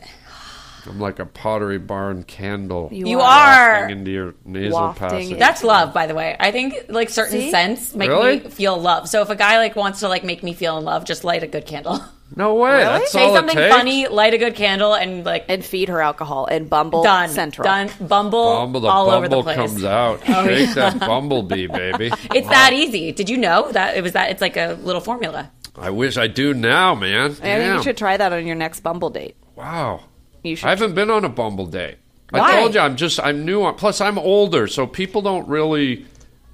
C: I'm like a Pottery Barn candle.
A: You are.
C: wafting into your nasal
B: Wafting
C: passage.
B: in.
A: That's love, by the way. I think like certain
B: See?
A: scents make
C: Really?
A: me feel love. So if a guy like wants to like make me feel in love, just light a good candle.
C: No way. That's
A: Say
C: all it
A: something
C: takes?
A: funny, light a good candle, and like
B: and feed her alcohol and Bumble
A: done.
B: Central.
A: Done. Bumble,
C: Bumble, the
A: all over
C: bumble
A: the place. Oh,
C: comes out. Shake that bumblebee, baby.
A: It's that easy. Did you know that it was that? It's like a little formula.
C: I wish I do now, man.
B: I think
C: Damn.
B: you should try that on your next Bumble date.
C: Wow.
B: You should.
C: I haven't been on a Bumble date.
A: Why?
C: I told you I'm just I'm new. On, plus I'm older, so people don't really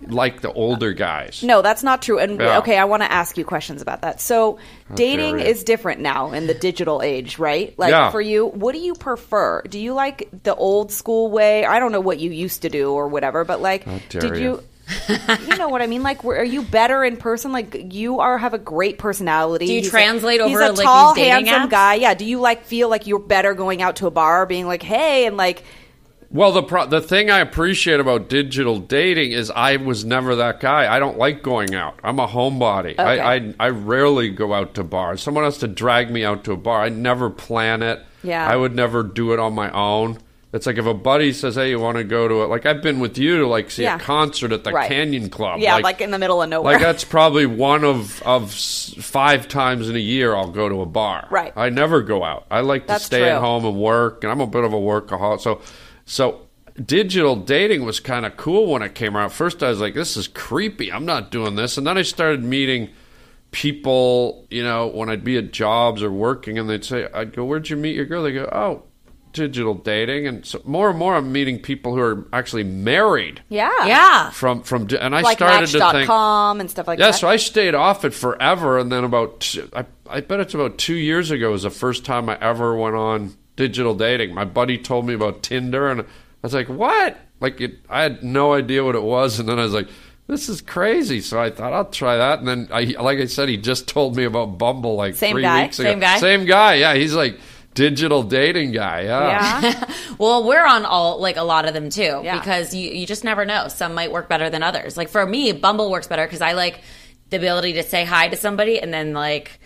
C: like the older guys.
B: no, that's not true. And
C: Yeah.
B: okay, I want to ask you questions about that. So, dating
C: right.
B: is different now in the digital age, right? Like
C: Yeah.
B: for you, what do you prefer? Do you like the old school way? I don't know what you used to do or whatever, but like,
C: dare
B: did
C: you.
B: you? you know what I mean? Like, were, are you better in person? Like, you are have a great personality.
A: Do you
B: He's a-
A: translate over,
B: He's a
A: like, these
B: tall,
A: dating
B: handsome
A: apps?
B: guy. Yeah. Do you like feel like you're better going out to a bar, being like, hey, and like,
C: Well, the pro- the thing I appreciate about digital dating is I was never that guy. I don't like going out. I'm a homebody. I, I
B: Okay.
C: I rarely go out to bars. Someone has to drag me out to a bar. I never plan it.
B: Yeah.
C: I would never do it on my own. It's like if a buddy says, "Hey, you want to go to it?" Like I've been with you to like see
B: Yeah.
C: a concert at the
B: Right.
C: Canyon Club.
B: yeah, like, in the middle of nowhere.
C: Like that's probably one of of s- five times in a year I'll go to a bar.
B: Right.
C: I never go out. I like to
B: That's
C: stay
B: true.
C: at home and work, and I'm a bit of a workaholic. So, so digital dating was kind of cool when it came out. First, I was like, this is creepy. I'm not doing this. And then I started meeting people. You know, when I'd be at jobs or working, and they'd say, I'd go, "Where'd you meet your girl?" They go, "Oh." Digital dating, and so more and more, I'm meeting people who are actually married
B: yeah.
A: Yeah.
C: from from, and I
B: Like
C: started to think,
B: Match.com and stuff like
C: yeah,
B: that.
C: so I stayed off it forever, and then about t- I, I bet it's about two years ago was the first time I ever went on digital dating. My buddy told me about Tinder, and I was like, "What?" Like it, I had no idea what it was, and then I was like, "This is crazy." So I thought I'll try that, and then I, like I said, he just told me about Bumble like
B: Same
C: three
B: guy?
C: weeks ago.
A: Same guy?
C: same guy. Yeah, he's like digital dating guy.
B: yeah.
A: Well, we're on all like a lot of them too
B: Yeah.
A: because you you just never know. Some might work better than others. Like for me, Bumble works better because I like the ability to say hi to somebody and then like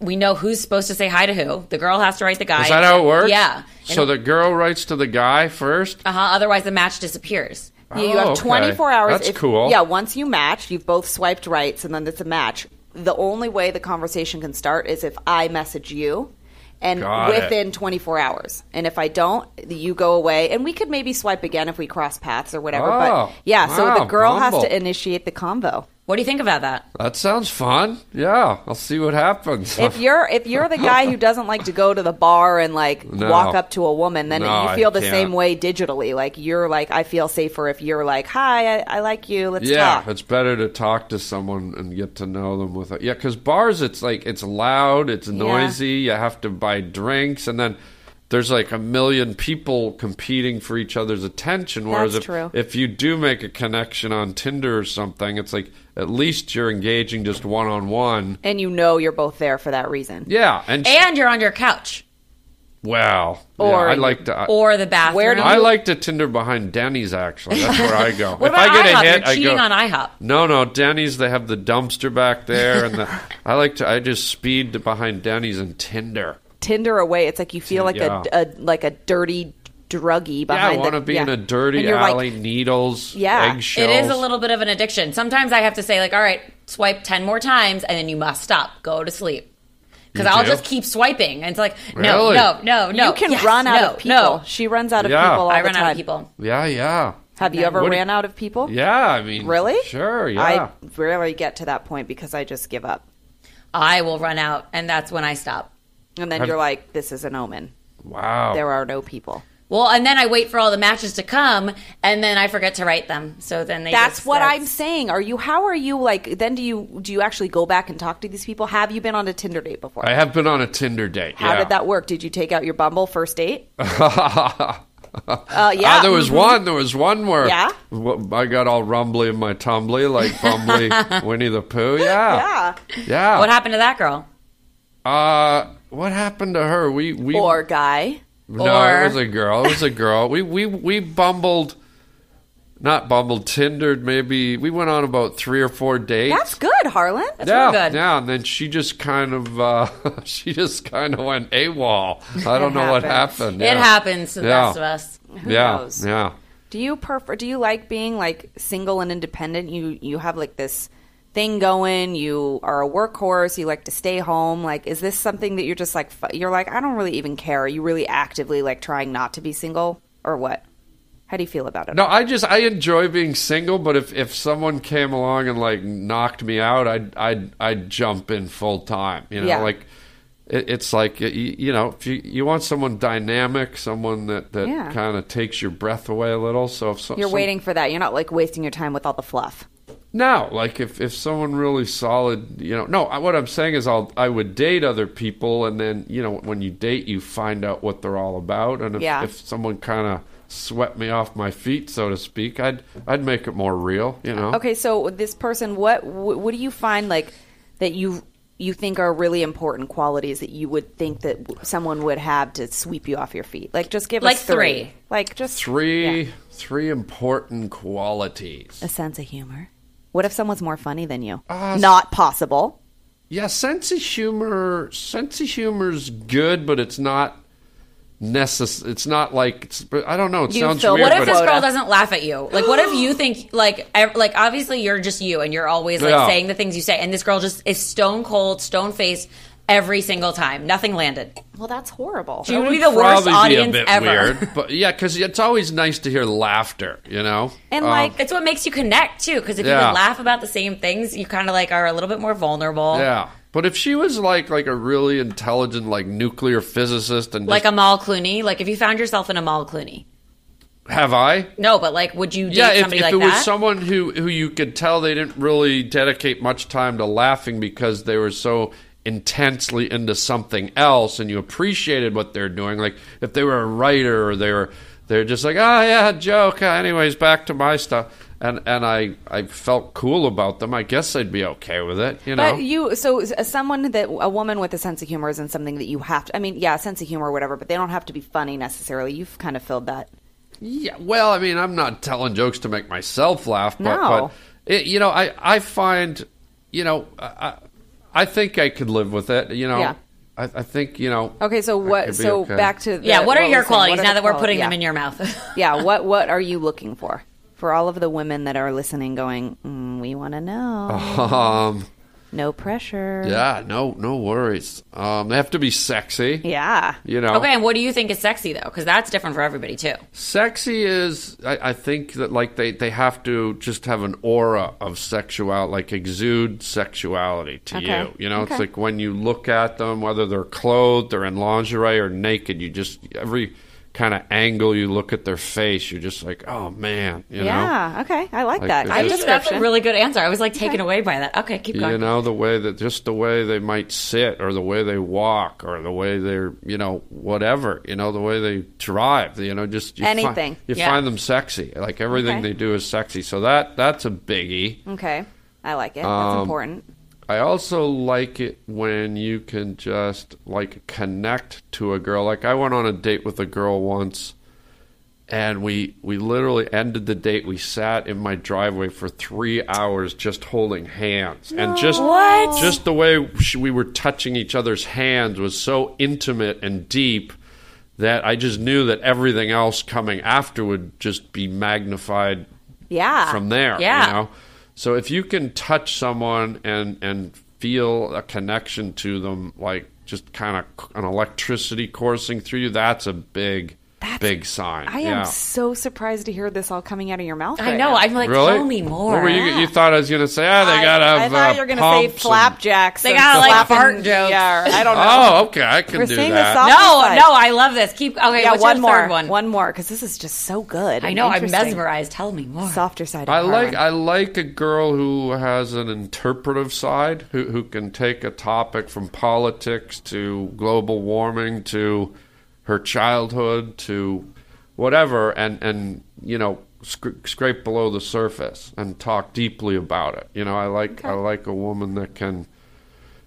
A: we know who's supposed to say hi to who. The girl has to write the guy.
C: Is that how it works?
A: Yeah.
C: So the girl writes to the guy first.
A: uh Otherwise, the match disappears.
B: Yeah, you
C: Oh,
B: have
C: okay.
B: 24 hours.
C: That's
B: if-
C: cool.
B: Yeah, once you match, you've both swiped rights, and then it's a match. The only way the conversation can start is if I message you, and
C: Got it.
B: within 24 hours. And if I don't, you go away, and we could maybe swipe again if we cross paths or whatever.
C: Oh,
B: but yeah, so
C: wow,
B: the girl has
C: Bumble.
B: to initiate the convo.
A: What do you think about that?
C: That sounds fun. Yeah, I'll see what happens.
B: If you're if you're the guy who doesn't like to go to the bar and like
C: No.
B: walk up to a woman, then
C: No,
B: you feel
C: I
B: the
C: can't.
B: same way digitally. Like you're like I feel safer if you're like, "Hi, I, I like you. Let's
C: yeah,
B: talk."
C: it's better to talk to someone and get to know them with it. Yeah, because bars, it's like it's loud, it's noisy. You have to buy drinks, and then there's like a million people competing for each other's attention. Whereas
B: That's
C: if
B: true.
C: if you do make a connection on Tinder or something, it's like at least you're engaging just one on one.
B: and you know you're both there for that reason.
C: Yeah, and,
A: And you're on your couch
C: wow,
B: Or-
C: yeah, I like to. I,
A: or the bathroom.
B: Where do
C: I
B: you-
C: like to Tinder behind Denny's. Actually, that's where I go.
A: What
C: if
A: about
C: I get
A: IHOP?
C: a hit,
A: You're cheating
C: I
A: on
C: go,
A: IHOP.
C: No, no, Denny's. They have the dumpster back there, and the, I like to. I just speed to behind Denny's and Tinder.
B: Tinder away. It's like you feel like
C: Yeah.
B: a, a like a dirty druggie
C: Yeah, I
B: behind.
C: want to
B: the,
C: be in
B: yeah.
C: a dirty
B: And you're like-
C: alley, needles,
B: Yeah.
C: eggshells.
A: It is a little bit of an addiction. Sometimes I have to say, like, all right, swipe 10 more times and then you must stop. Go to sleep. Because
C: You
A: I'll
C: do?
A: just keep swiping. And it's like, no,
C: Really?
A: no, no, no.
B: you can
A: yes,
B: run out
A: no,
B: of people.
A: No.
B: She runs out of
C: Yeah.
B: people all
A: I
B: the
A: run
B: time.
A: out of people.
C: Yeah, yeah,
B: Have you ever
C: What do you-
B: ran out of people?
C: yeah. I mean,
B: Really?
C: Sure. Yeah.
B: I rarely get to that point because I just give up.
A: I will run out. And that's when I stop.
B: And then
C: Have- Oh.
B: you're like, this is an omen.
C: wow.
B: There are no people.
A: Well, and then I wait for all the matches to come and then I forget to write them. So then they
B: That's
A: just-
B: what I'm saying. Are you? How are you? Like, then do you do you actually go back and talk to these people? Have you been on a Tinder date before?
C: I have been on a Tinder date.
B: how
C: Uh, yeah.
B: did that work? Did you take out your Bumble first date? uh, yeah.
C: Ah, there was
B: Mhm.
C: one. There was one where
B: Yeah?
C: wh- I got all rumbly in my tumbly, like bumbly Winnie the Pooh. Yeah.
B: Yeah.
C: Yeah. Yeah.
A: What happened to that girl?
C: Uh, what happened to her? We we
B: Or guy.
C: no,
A: or-
C: it was a girl. It was a girl. we we we bumbled, not bumbled, tindered. Maybe we went on about three or four dates.
B: That's good, Harlan.
C: yeah,
A: real good.
C: yeah, and then she just kind of uh, she just kind of went AWOL. I don't know what
B: happens.
C: happened. Yeah.
A: It happens to the
C: Yeah.
A: best of us.
C: yeah,
B: knows?
C: yeah.
B: Do you prefer? Do you like being like single and independent? You you have like this thing going. You are a workhorse. You like to stay home. Like, is this something that you're just like, f- you're like, I don't really even care. Are you really actively like trying not to be single or what? How do you feel about it?
C: No, I just I enjoy being single, but if if someone came along and like knocked me out, I'd I'd I'd jump in full time. You know,
B: Yeah.
C: like it, it's like you, you know if you you want someone dynamic, someone that that
B: Yeah.
C: kind of takes your breath away a little. So if so,
B: You're
C: some-
B: waiting for that. You're not like wasting your time with all the fluff.
C: No, like if, if someone really solid, you know, no, I- what I'm saying is I'll, I would date other people and then, you know, when you date, you find out what they're all about. And if,
B: Yeah.
C: if someone kind of swept me off my feet, so to speak, I'd, I'd make it more real, you know?
B: Okay, so this person, what wh- what do you find like that you you think are really important qualities that you would think that w- someone would have to sweep you off your feet? Like just give
A: Like
B: us three.
A: three.
B: Like just
C: Three,
B: yeah.
C: three important qualities.
B: a sense of humor. What if someone's more funny than you?
C: Uh,
B: Not possible.
C: Yeah, sense of humor. Sense of humor's good, but it's not necess. It's not like it's, I don't know. It
B: You
C: sounds
B: feel-
C: weird.
A: What if
C: but
A: this
B: Quota.
A: girl doesn't laugh at you? Like, what if you think like ev- like obviously you're just you and you're always like
C: Yeah.
A: saying the things you say, and this girl just is stone cold, stone faced every single time. Nothing landed.
B: Well, that's horrible.
A: She would be the worst
C: probably
A: audience
C: be a bit
A: ever.
C: weird, but yeah, because it's always nice to hear laughter, you know.
B: And
C: Um,
B: like
A: It's what makes you connect too, because if you
C: Yeah.
A: can laugh about the same things, you kind of like are a little bit more vulnerable.
C: yeah, but if she was like like a really intelligent like nuclear physicist and
A: Like
C: just,
A: Amal Clooney. Like if you found yourself in Amal Clooney.
C: have I?
A: No, but like, would you date
C: Yeah, if,
A: somebody
C: if
A: like
C: it
A: that?
C: was someone who who you could tell they didn't really dedicate much time to laughing because they were so intensely into something else, and you appreciated what they're doing. Like if they were a writer or they were they're just like, oh yeah, joke. Uh, Anyways, back to my stuff. And and I I felt cool about them. I guess I'd be okay with it. You know.
B: But you, so s- someone that a woman with a sense of humor isn't something that you have to. I mean, yeah, sense of humor, or whatever, but they don't have to be funny necessarily. You've kind of filled that.
C: Yeah, well, I mean, I'm not telling jokes to make myself laugh, but,
B: No.
C: but it, you know, I, I find, you know, I, I- I think I could live with it. You know,
B: Yeah.
C: I, I think, you know.
B: Okay, so
C: I
B: what?
C: could be
B: So
C: okay.
B: back to the,
A: yeah. What are
B: we
A: your
B: were saying. What
A: qualities
B: are
A: now
B: the
A: that we're putting
B: quali-
A: them
B: yeah.
A: in your mouth?
B: yeah. What What are you looking for? For all of the women that are listening, going, mm, we want to know.
C: Um,
B: No pressure.
C: yeah, no, no worries. Um, they have to be sexy.
B: Yeah.
C: You know.
A: okay, and what do you think is sexy though? Because that's different for everybody too.
C: Sexy is, I, I think that like they, they have to just have an aura of sexual, like exude sexuality to
B: Okay.
C: you. You know,
B: Okay.
C: it's like when you look at them, whether they're clothed or in lingerie or naked, you just every kind of angle you look at their face, you're just like, oh man, you
B: yeah. Okay. I like,
C: Like,
B: that.
C: it's
B: Good
A: I just that's a
B: description.
A: really good answer. I was like taken away by that. Okay, keep
C: know,
A: going.
C: you know the way that just the way they might sit or the way they walk or the way they're, you know, whatever, you know, the way they drive, you know, just you
B: Anything.
C: Find, you
A: Yeah.
C: find them sexy. Like everything
B: Okay.
C: they do is sexy. So that that's a biggie.
B: okay. I like it. That's
C: Um,
B: important.
C: I also like it when you can just like connect to a girl. Like I went on a date with a girl once and we we literally ended the date. We sat in my driveway for 3 hours just holding hands. And just
A: What?
C: just the way sh- we were touching each other's hands was so intimate and deep that I just knew that everything else coming after would just be magnified
B: Yeah.
C: from there.
A: Yeah.
C: You know? So if you can touch someone and and feel a connection to them, like just kind of an electricity coursing through you, that's a big, big sign.
B: I am
C: yeah.
B: so surprised to hear this all coming out of your mouth.
A: I
B: right
A: know.
B: now.
A: I'm like,
C: really?
A: tell me more.
C: What were you? You thought I was going to say? Oh, they got to
B: I,
C: have.
B: I thought
C: uh,
B: you were gonna
C: pumps
B: say
C: and-
B: flapjacks.
A: They
B: and
A: gotta, like,
B: flapping-
A: fart jokes.
B: Yeah, I don't know.
C: Oh, okay. I can
B: We're
C: do
B: seeing the
C: that.
A: no,
B: soft- Side.
A: no, I love this. Keep okay.
B: yeah,
A: what's
B: one
A: your
B: more,
A: Third one.
B: one more, because this is just so good.
A: I
B: and
A: know. I'm
B: interesting.
A: mesmerized. Tell me more.
B: Softer side. Of
C: I
B: Harlan.
C: like I like a girl who has an interpretive side, who who can take a topic from politics to global warming to her childhood to whatever, and and you know sc- scrape below the surface and talk deeply about it. You know, I like I like a woman that can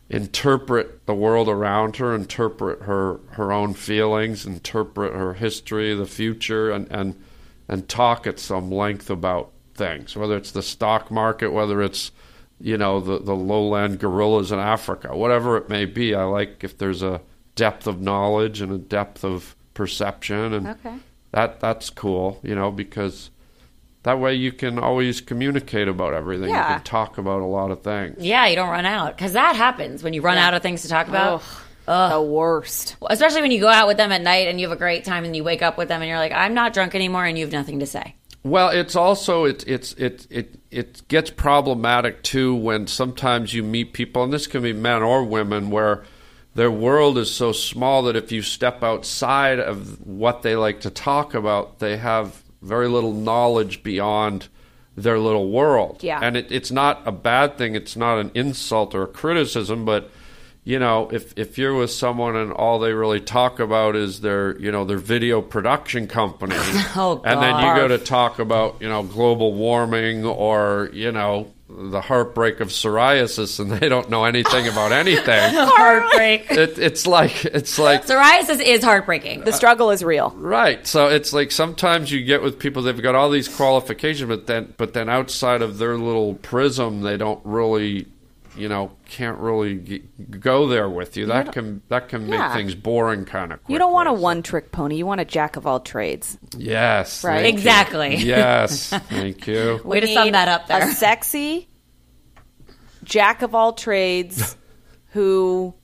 C: interpret the world around her, interpret her her own feelings, interpret her history, the future, and and and talk at some length about things, whether it's the stock market, whether it's you know the the lowland gorillas in Africa, whatever it may be. I like if there's a depth of knowledge and a depth of perception, and
B: Okay.
C: that that's cool, you know, because That way you can always communicate about everything. You
B: Yeah.
C: can talk about a lot of things.
A: Yeah, you don't run out because that happens when you run out of things to talk about.
B: The worst.
A: Especially when you go out with them at night and you have a great time and you wake up with them and you're like, I'm not drunk anymore and you have nothing to say.
C: Well, it's also it's it's it it it gets problematic too when sometimes you meet people, and this can be men or women, where their world is so small that if you step outside of what they like to talk about, they have very little knowledge beyond their little world.
B: Yeah.
C: and it, it's not a bad thing. It's not an insult or a criticism, but you know, if if you're with someone and all they really talk about is their you know their video production company,
A: Oh,
C: and then you
A: God.
C: go to talk about you know global warming or you know the heartbreak of psoriasis and they don't know anything about anything
A: Heartbreak.
C: it, it's like it's like
A: Psoriasis is heartbreaking.
B: The struggle is real.
C: right so it's like sometimes you get with people they've got all these qualifications but then but then outside of their little prism they don't really you know can't really g- go there with you that can that can make
B: Yeah.
C: things boring kind of quickly.
B: You don't want a one trick pony. You want a jack of all trades.
C: yes
B: Right.
C: thank you.
A: Exactly.
C: yes thank you
A: Way to sum that up there.
B: A sexy jack of all trades who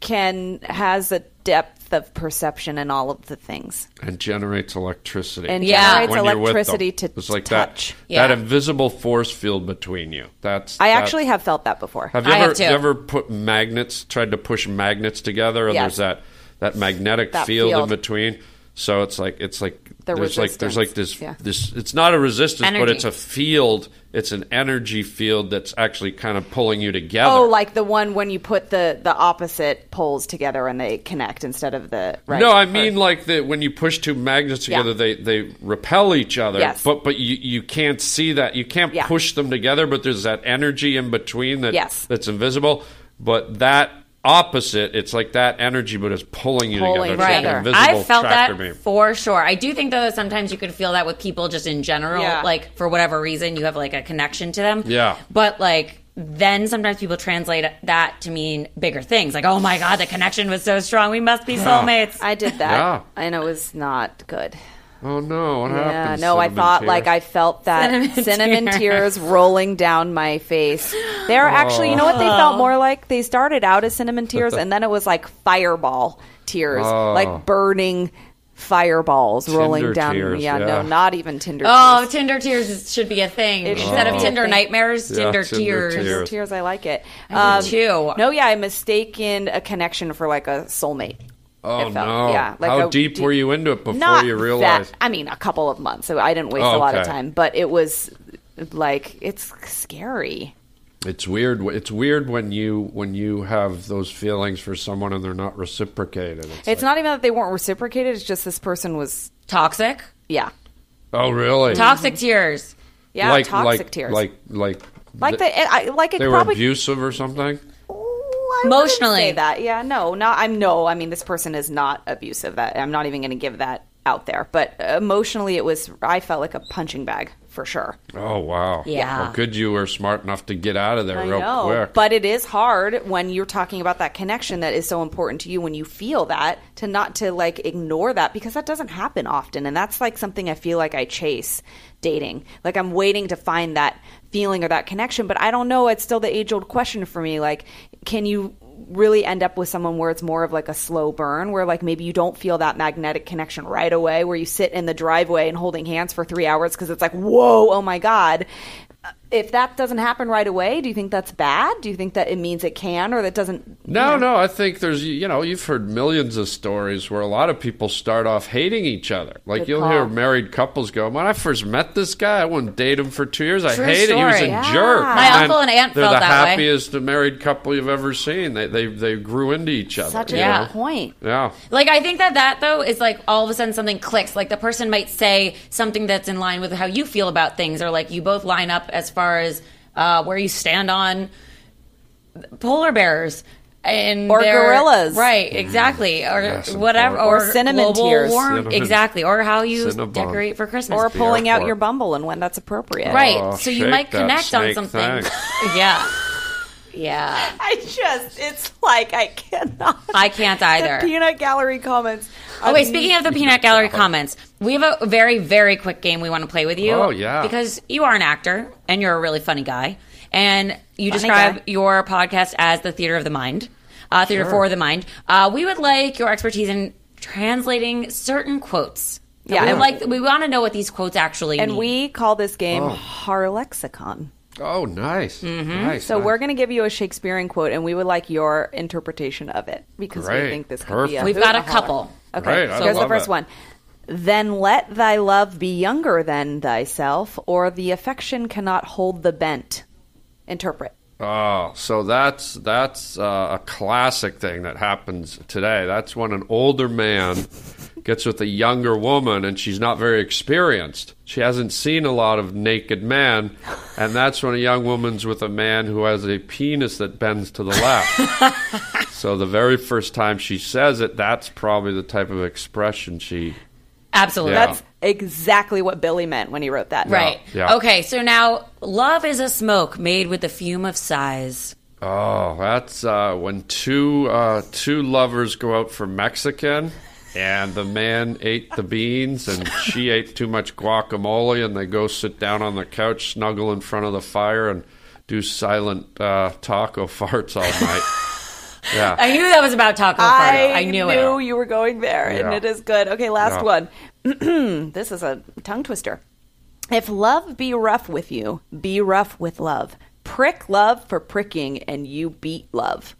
B: can has a depth of perception in all of the things.
C: and generates electricity.
B: And
A: Yeah.
C: When
A: generates
C: you're with them.
B: electricity to
C: it's like
B: touch.
C: that
A: Yeah.
C: that invisible force field between you. That's
B: I
C: that-
B: actually have felt that before.
C: have you
A: I
C: ever
A: have too.
C: you ever put magnets tried to push magnets together and
B: Yes.
C: there's that that magnetic
B: That
C: field,
B: field.
C: in between. So it's like it's like
B: The
C: there's like there's like this
B: resistance. Yeah.
C: this it's not a resistance but
A: Energy.
C: it's a field it's an energy field that's actually kind of pulling you together.
B: Oh, like the one when you put the the opposite poles together and they connect instead of the right.
C: No, I mean like that when you push two magnets
B: Yeah.
C: together, they, they repel each other.
B: Yes.
C: But but you, you can't see that. You can't
B: Yeah.
C: push them together, but there's that energy in between that
B: Yes.
C: that's invisible. But that opposite, it's like that energy, but it's pulling you
B: Pulling
C: together. It's like an
B: together.
C: invisible
A: I felt
C: tractor
A: that
C: beam.
A: for sure. I do think though that sometimes you can feel that with people just in general,
B: Yeah.
A: like for whatever reason you have like a connection to them.
C: Yeah.
A: But like then sometimes people translate that to mean bigger things, like oh my god, the connection was so strong, we must be soulmates.
B: I did that
C: Yeah.
B: and it was not good.
C: Oh no! What
B: Yeah,
C: happened?
B: no, I
C: Cinnamon
B: thought
C: Tear?
B: like I felt that cinnamon,
A: Cinnamon
B: tears. rolling down my face. They're actually, you know what they felt more
A: Oh.
B: like? They started out as cinnamon tears and then it was like fireball tears, like burning fireballs rolling
C: Oh. Tinder
B: down.
C: tears,
B: yeah,
C: yeah.
B: no, not even Tinder
A: Oh,
B: tears.
A: Tinder tears is- should be a thing
B: It
A: instead
B: should
A: of
B: be a
A: Tinder
B: thing.
A: nightmares.
C: Yeah,
A: Tinder,
C: Tinder
A: tears.
C: tears.
B: Tinder tears, I like it. Um,
A: I do too.
B: No, yeah, I mistaken a connection for like a soulmate.
C: Oh
B: it felt-
C: no!
B: yeah, like
C: How
B: a
C: deep,
B: deep-
C: were you into it before
B: Not
C: you realized?
B: that. I mean, a couple of months, so I didn't waste
C: Oh,
B: a lot of
C: okay.
B: time. But it was like it's scary.
C: It's weird. It's weird when you when you have those feelings for someone and they're not reciprocated. It's,
B: It's not even that they weren't reciprocated. It's just this person was,
A: Toxic.
B: yeah,
C: oh really?
A: Toxic
B: Mm-hmm.
A: tears.
B: yeah, toxic
C: like,
B: tears,
C: Like like
B: like
C: th-
B: the, it, I, like it
C: they were
B: probably
C: abusive or something.
B: Ooh, I
A: Emotionally.
B: wouldn't say that, yeah, no, no, I'm no, I mean, this person is not abusive. That I'm not even going to give that out there. But emotionally, it was. I felt like a punching bag for sure.
C: Oh wow!
A: Yeah.
C: How good you were smart enough to get out of there
B: I
C: real
B: know,
C: quick.
B: but it is hard when you're talking about that connection that is so important to you. When you feel that, to not to like ignore that because that doesn't happen often, and that's like something I feel like I chase dating. Like I'm waiting to find that feeling or that connection, but I don't know. It's still the age old question for me. Like, can you? really end up with someone where it's more of like a slow burn where like maybe you don't feel that magnetic connection right away where you sit in the driveway and holding hands for 3 hours cuz it's like whoa oh my god Uh, if that doesn't happen right away, do you think that's bad? Do you think that it means it can or that doesn't?
C: no, no, I think there's you know you've heard millions of stories where a lot of people start off hating each other. Like
B: Good
C: you'll
B: call.
C: hear married couples go, "When I first met this guy, I wouldn't date him for two years. I
A: True
C: hated him. He was a
A: story. Yeah.
C: jerk."
A: My
C: then
A: uncle and aunt
C: They're
A: felt
C: the
A: that way.
C: happiest married couple you've ever seen. They they they grew into each other.
B: Such a
C: you
A: Yeah.
B: good point.
C: know? yeah.
A: Like I think that that though is like all of a sudden something clicks. Like the person might say something that's in line with how you feel about things, or like you both line up as far as uh, where you stand on polar bears and
B: Or
A: their-
B: gorillas.
A: right? Exactly, or
C: Mm-hmm. Yes, and
A: whatever,
C: polar-
A: or,
B: Or cinnamon
A: global
B: tears.
A: warm-
C: Cinnamon.
A: exactly, or how you
C: Cinnabon.
A: decorate for Christmas,
B: Or
C: the
B: pulling out
C: airport.
B: your bumble and when that's appropriate.
A: right?
C: Oh,
A: so you
C: shake
A: might
C: that
A: connect on
C: snake
A: something.
C: thing.
A: yeah, Yeah.
B: I just, it's like I cannot.
A: I can't either.
B: The peanut gallery comments. are
A: Okay, Oh, speaking of the peanut gallery comments, we have a very, very quick game we want to play with you.
C: Oh, yeah.
A: Because you are an actor and you're a really funny guy. And you
B: Funny
A: describe
B: guy.
A: your podcast as the theater of the mind, uh, theater for the mind. Uh, we would like your expertise in translating certain quotes.
B: Yeah.
A: Yeah. We, like, we want to know what these quotes actually
B: And
A: mean.
B: we call this game Harlexicon.
C: Oh, nice. Nice.
B: Mm-hmm. So
C: nice.
B: we're going to give you a Shakespearean quote, and we would like your interpretation of it because we
C: Great.
B: think this could be a
C: Perfect.
A: We've
B: hoot
A: got
B: and
A: a
B: holler.
A: couple.
B: Okay,
C: Great, I
B: so here's the
C: love
B: first
C: it.
B: one. Then let thy love be younger than thyself, or the affection cannot hold the bent. Interpret.
C: Oh, so that's that's uh, a classic thing that happens today. That's when an older man gets with a younger woman, and she's not very experienced. She hasn't seen a lot of naked men, and that's when a young woman's with a man who has a penis that bends to the left. so the very first time she says it, that's probably the type of expression she.
A: Absolutely.
C: Yeah.
B: That's exactly what Billy meant when he wrote that.
A: Right.
C: Yeah.
A: Okay, so now love is a smoke made with the fume of sighs.
C: Oh, that's uh, when two uh, two lovers go out for Mexican, and the man ate the beans, and she ate too much guacamole, and they go sit down on the couch, snuggle in front of the fire, and do silent uh, taco farts all night. yeah.
A: I knew that was about Taco
B: I,
A: Farto. I knew, it.
B: you were going there, and
C: Yeah.
B: it is good. Okay, last
C: Yeah.
B: one. this is a tongue twister. If love be rough with you, be rough with love. Prick love for pricking, and you beat love.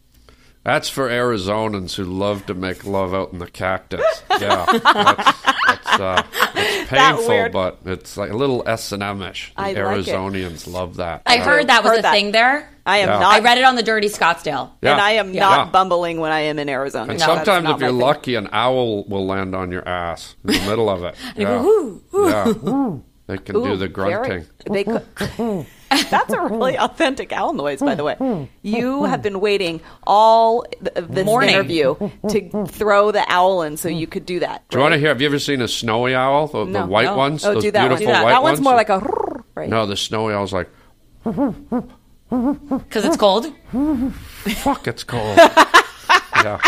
C: That's for Arizonans who love to make love out in the cactus. Yeah, that's, that's, uh, it's painful,
B: weird-
C: but it's like a little S and M-ish. The
B: I like it.
C: Arizonians love that.
A: I
C: Yeah.
A: heard that was
B: Heard
A: a
B: that.
A: thing there.
B: I am
C: Yeah.
B: not.
A: I read it on the Dirty Scottsdale.
C: Yeah.
B: And I am
C: Yeah.
B: not
C: Yeah.
B: bumbling when I am in Arizona.
C: And
B: No, that's
C: sometimes,
B: not
C: if you're
B: my thing.
C: lucky, an owl will land on your ass in the middle of it. Yeah. Yeah. They can do the grunting.
B: They cou- That's a really authentic owl noise, by the way. You have been waiting all th- of this
A: Morning.
B: interview to throw the owl in so you could do that.
C: Do you want to hear? Have you ever seen a snowy owl? The, the
B: No.
C: white
B: No.
C: ones?
B: Oh,
C: those
B: do that one.
C: beautiful
B: Do that.
C: white
B: that one's
C: ones?
B: more like a right?
C: No, the snowy owl's like,
A: Because it's cold.
C: fuck, it's cold. yeah.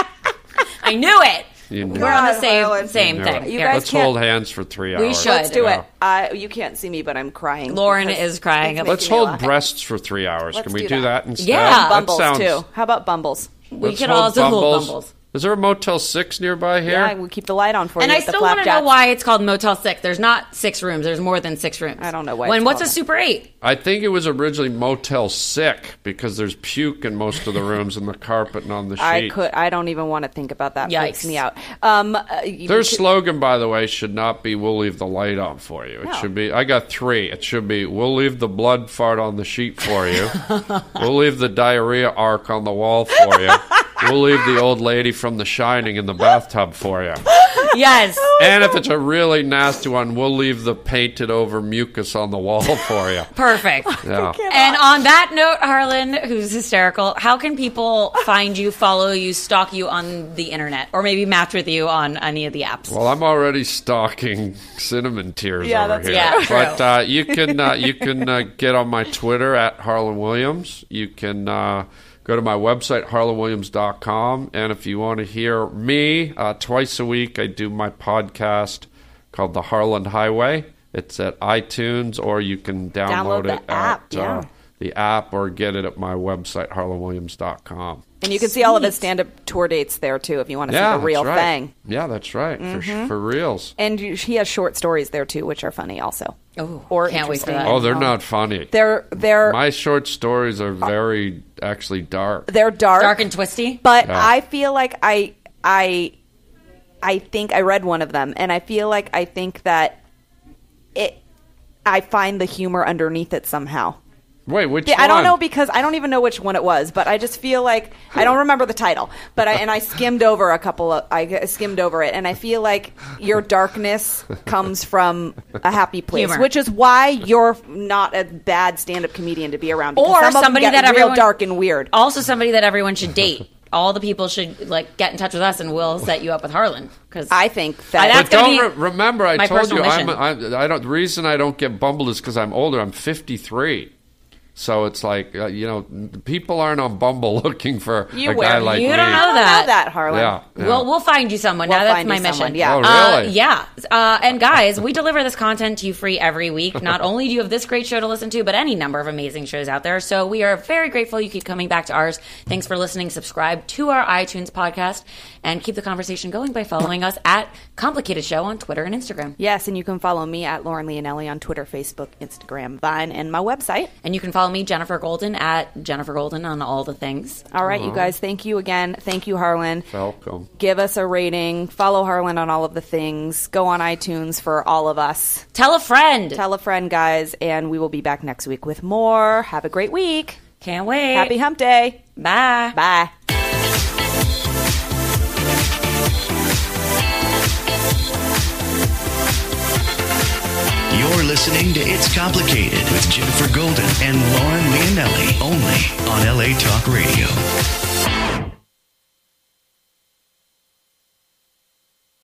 A: I knew it.
C: You knew
A: We're on the
B: God,
A: same,
B: Harlan.
A: same
C: You
A: thing.
C: know.
B: You
A: Here.
B: guys
C: Let's
B: can't-
C: hold hands for three hours.
A: should.
B: Let's do
C: Yeah.
B: it. I, you can't see me, but I'm crying.
A: Lauren
B: because
A: is crying.
B: it's
C: Let's
B: making me
C: hold
B: laugh.
C: breasts for three hours.
B: Let's
C: can we
B: do
C: do,
B: that.
C: that, instead?
A: Yeah.
C: That
B: Bumbles
C: sounds-
B: too. How about bumbles?
A: we
C: let's
A: could
C: hold
A: also
C: bumbles.
A: hold Bumbles.
C: Is there a Motel 6 nearby here?
B: Yeah, we keep the light on for
A: And
B: you.
A: I
B: with the
A: still want to know
B: flapjacks.
A: why it's called Motel 6. There's not six rooms. There's more than six rooms.
B: I don't know why
A: When
B: it's
A: what's a
B: called that.
A: Super 8?
C: I think it was originally Motel Sick because there's puke in most of the rooms and the carpet and on the sheet.
B: I could. I don't even want to think about that. It Freaks
A: Yikes.
B: me out. Um, uh, you
C: Their
B: could-
C: slogan, by the way, should not be "We'll leave the light on for you." It
B: No.
C: should be. I got three. It should be "We'll leave the blood fart on the sheet for you." we'll leave the diarrhea arc on the wall for you. we'll leave the old lady from The Shining in the bathtub for you.
A: Yes.
C: And if it's a really nasty one, we'll leave the painted over mucus on the wall for you.
A: Perfect.
C: Yeah.
A: And on that note, Harlan, who's hysterical, how can people find you, follow you, stalk you on the internet, or maybe match with you on any of the apps?
C: Well, I'm already stalking cinnamon tears
B: Yeah,
C: over
B: that's
C: here.
A: Yeah, true.
C: but uh, you can uh, you can uh, get on my Twitter at Harlan Williams. You can uh, go to my website harlanwilliams.com, and if you want to hear me uh, twice a week, I do my podcast called The Harlan Highway. It's at iTunes, or you can download,
B: Download the
C: it
B: app,
C: at
B: yeah.
C: uh, the app, or get it at my website harlanwilliams.com.
B: and you can see all of his stand-up tour dates there too, if you want to
C: Yeah,
B: see the real
C: that's right.
B: thing. Mm-hmm.
C: Yeah, that's right. For, for reals.
B: And you, he has short stories there too, which are funny also.
A: Oh,
B: or
A: can't wait for
B: interesting. Um,
A: that.
C: Oh, they're not funny.
B: They're they're
C: My short stories are very actually dark.
B: they're dark,
A: Dark and twisty?
B: but
C: Yeah.
B: I feel like I I I think I read one of them, and I feel like I think that it I find the humor underneath it somehow.
C: Wait, which
B: Yeah, I don't
C: one?
B: know because I don't even know which one it was, but I just feel like I don't remember the title. But I, and I skimmed over a couple of I skimmed over it, and I feel like your darkness comes from a happy place,
A: Humor.
B: which is why you're not a bad stand-up comedian to be around. because
A: or
B: some of them
A: somebody
B: get
A: that
B: real
A: everyone
B: dark and weird.
A: Also, somebody that everyone should date. All the people should like get in touch with us, and we'll set you up with Harlan. Because
B: I think that-
A: that's
C: but
A: gonna
C: don't
A: be
C: re- remember. I
A: my
C: told you
A: personal
C: I'm,
A: mission.
C: I'm. I don't. The reason I don't get bumbled is because I'm older. I'm 53. So it's like uh, you know, people aren't on Bumble looking for
B: You
C: a
B: wear-
C: guy like
A: you
C: me.
A: don't know that.
B: Harlan.
C: Yeah, yeah.
A: Well, we'll find you someone.
B: We'll
A: now that's
B: find
A: my
B: you
A: mission.
B: someone, yeah.
C: Oh,
A: Uh,
C: really?
A: yeah. Uh, and guys, we deliver this content to you free every week. Not only do you have this great show to listen to, but any number of amazing shows out there. So we are very grateful you keep coming back to ours. Thanks for listening. Subscribe to our iTunes podcast and keep the conversation going by following us at Complicated Show on Twitter and Instagram.
B: Yes, and you can follow me at Lauren Leonelli on Twitter, Facebook, Instagram, Vine, and my website.
A: And you can follow me, Jennifer Golden, at Jennifer Golden on all the things.
B: All right, you guys, thank you again. Thank you, Harlan.
C: Welcome.
B: Give us a rating. Follow Harlan on all of the things. Go on iTunes for all of us.
A: Tell a friend.
B: Tell a friend, guys, and we will be back next week with more. Have a great week.
A: Can't wait.
B: Happy hump day.
A: Bye.
B: Bye.
D: You're listening to It's Complicated with Jennifer Golden and Lauren Leonelli only on LA Talk Radio.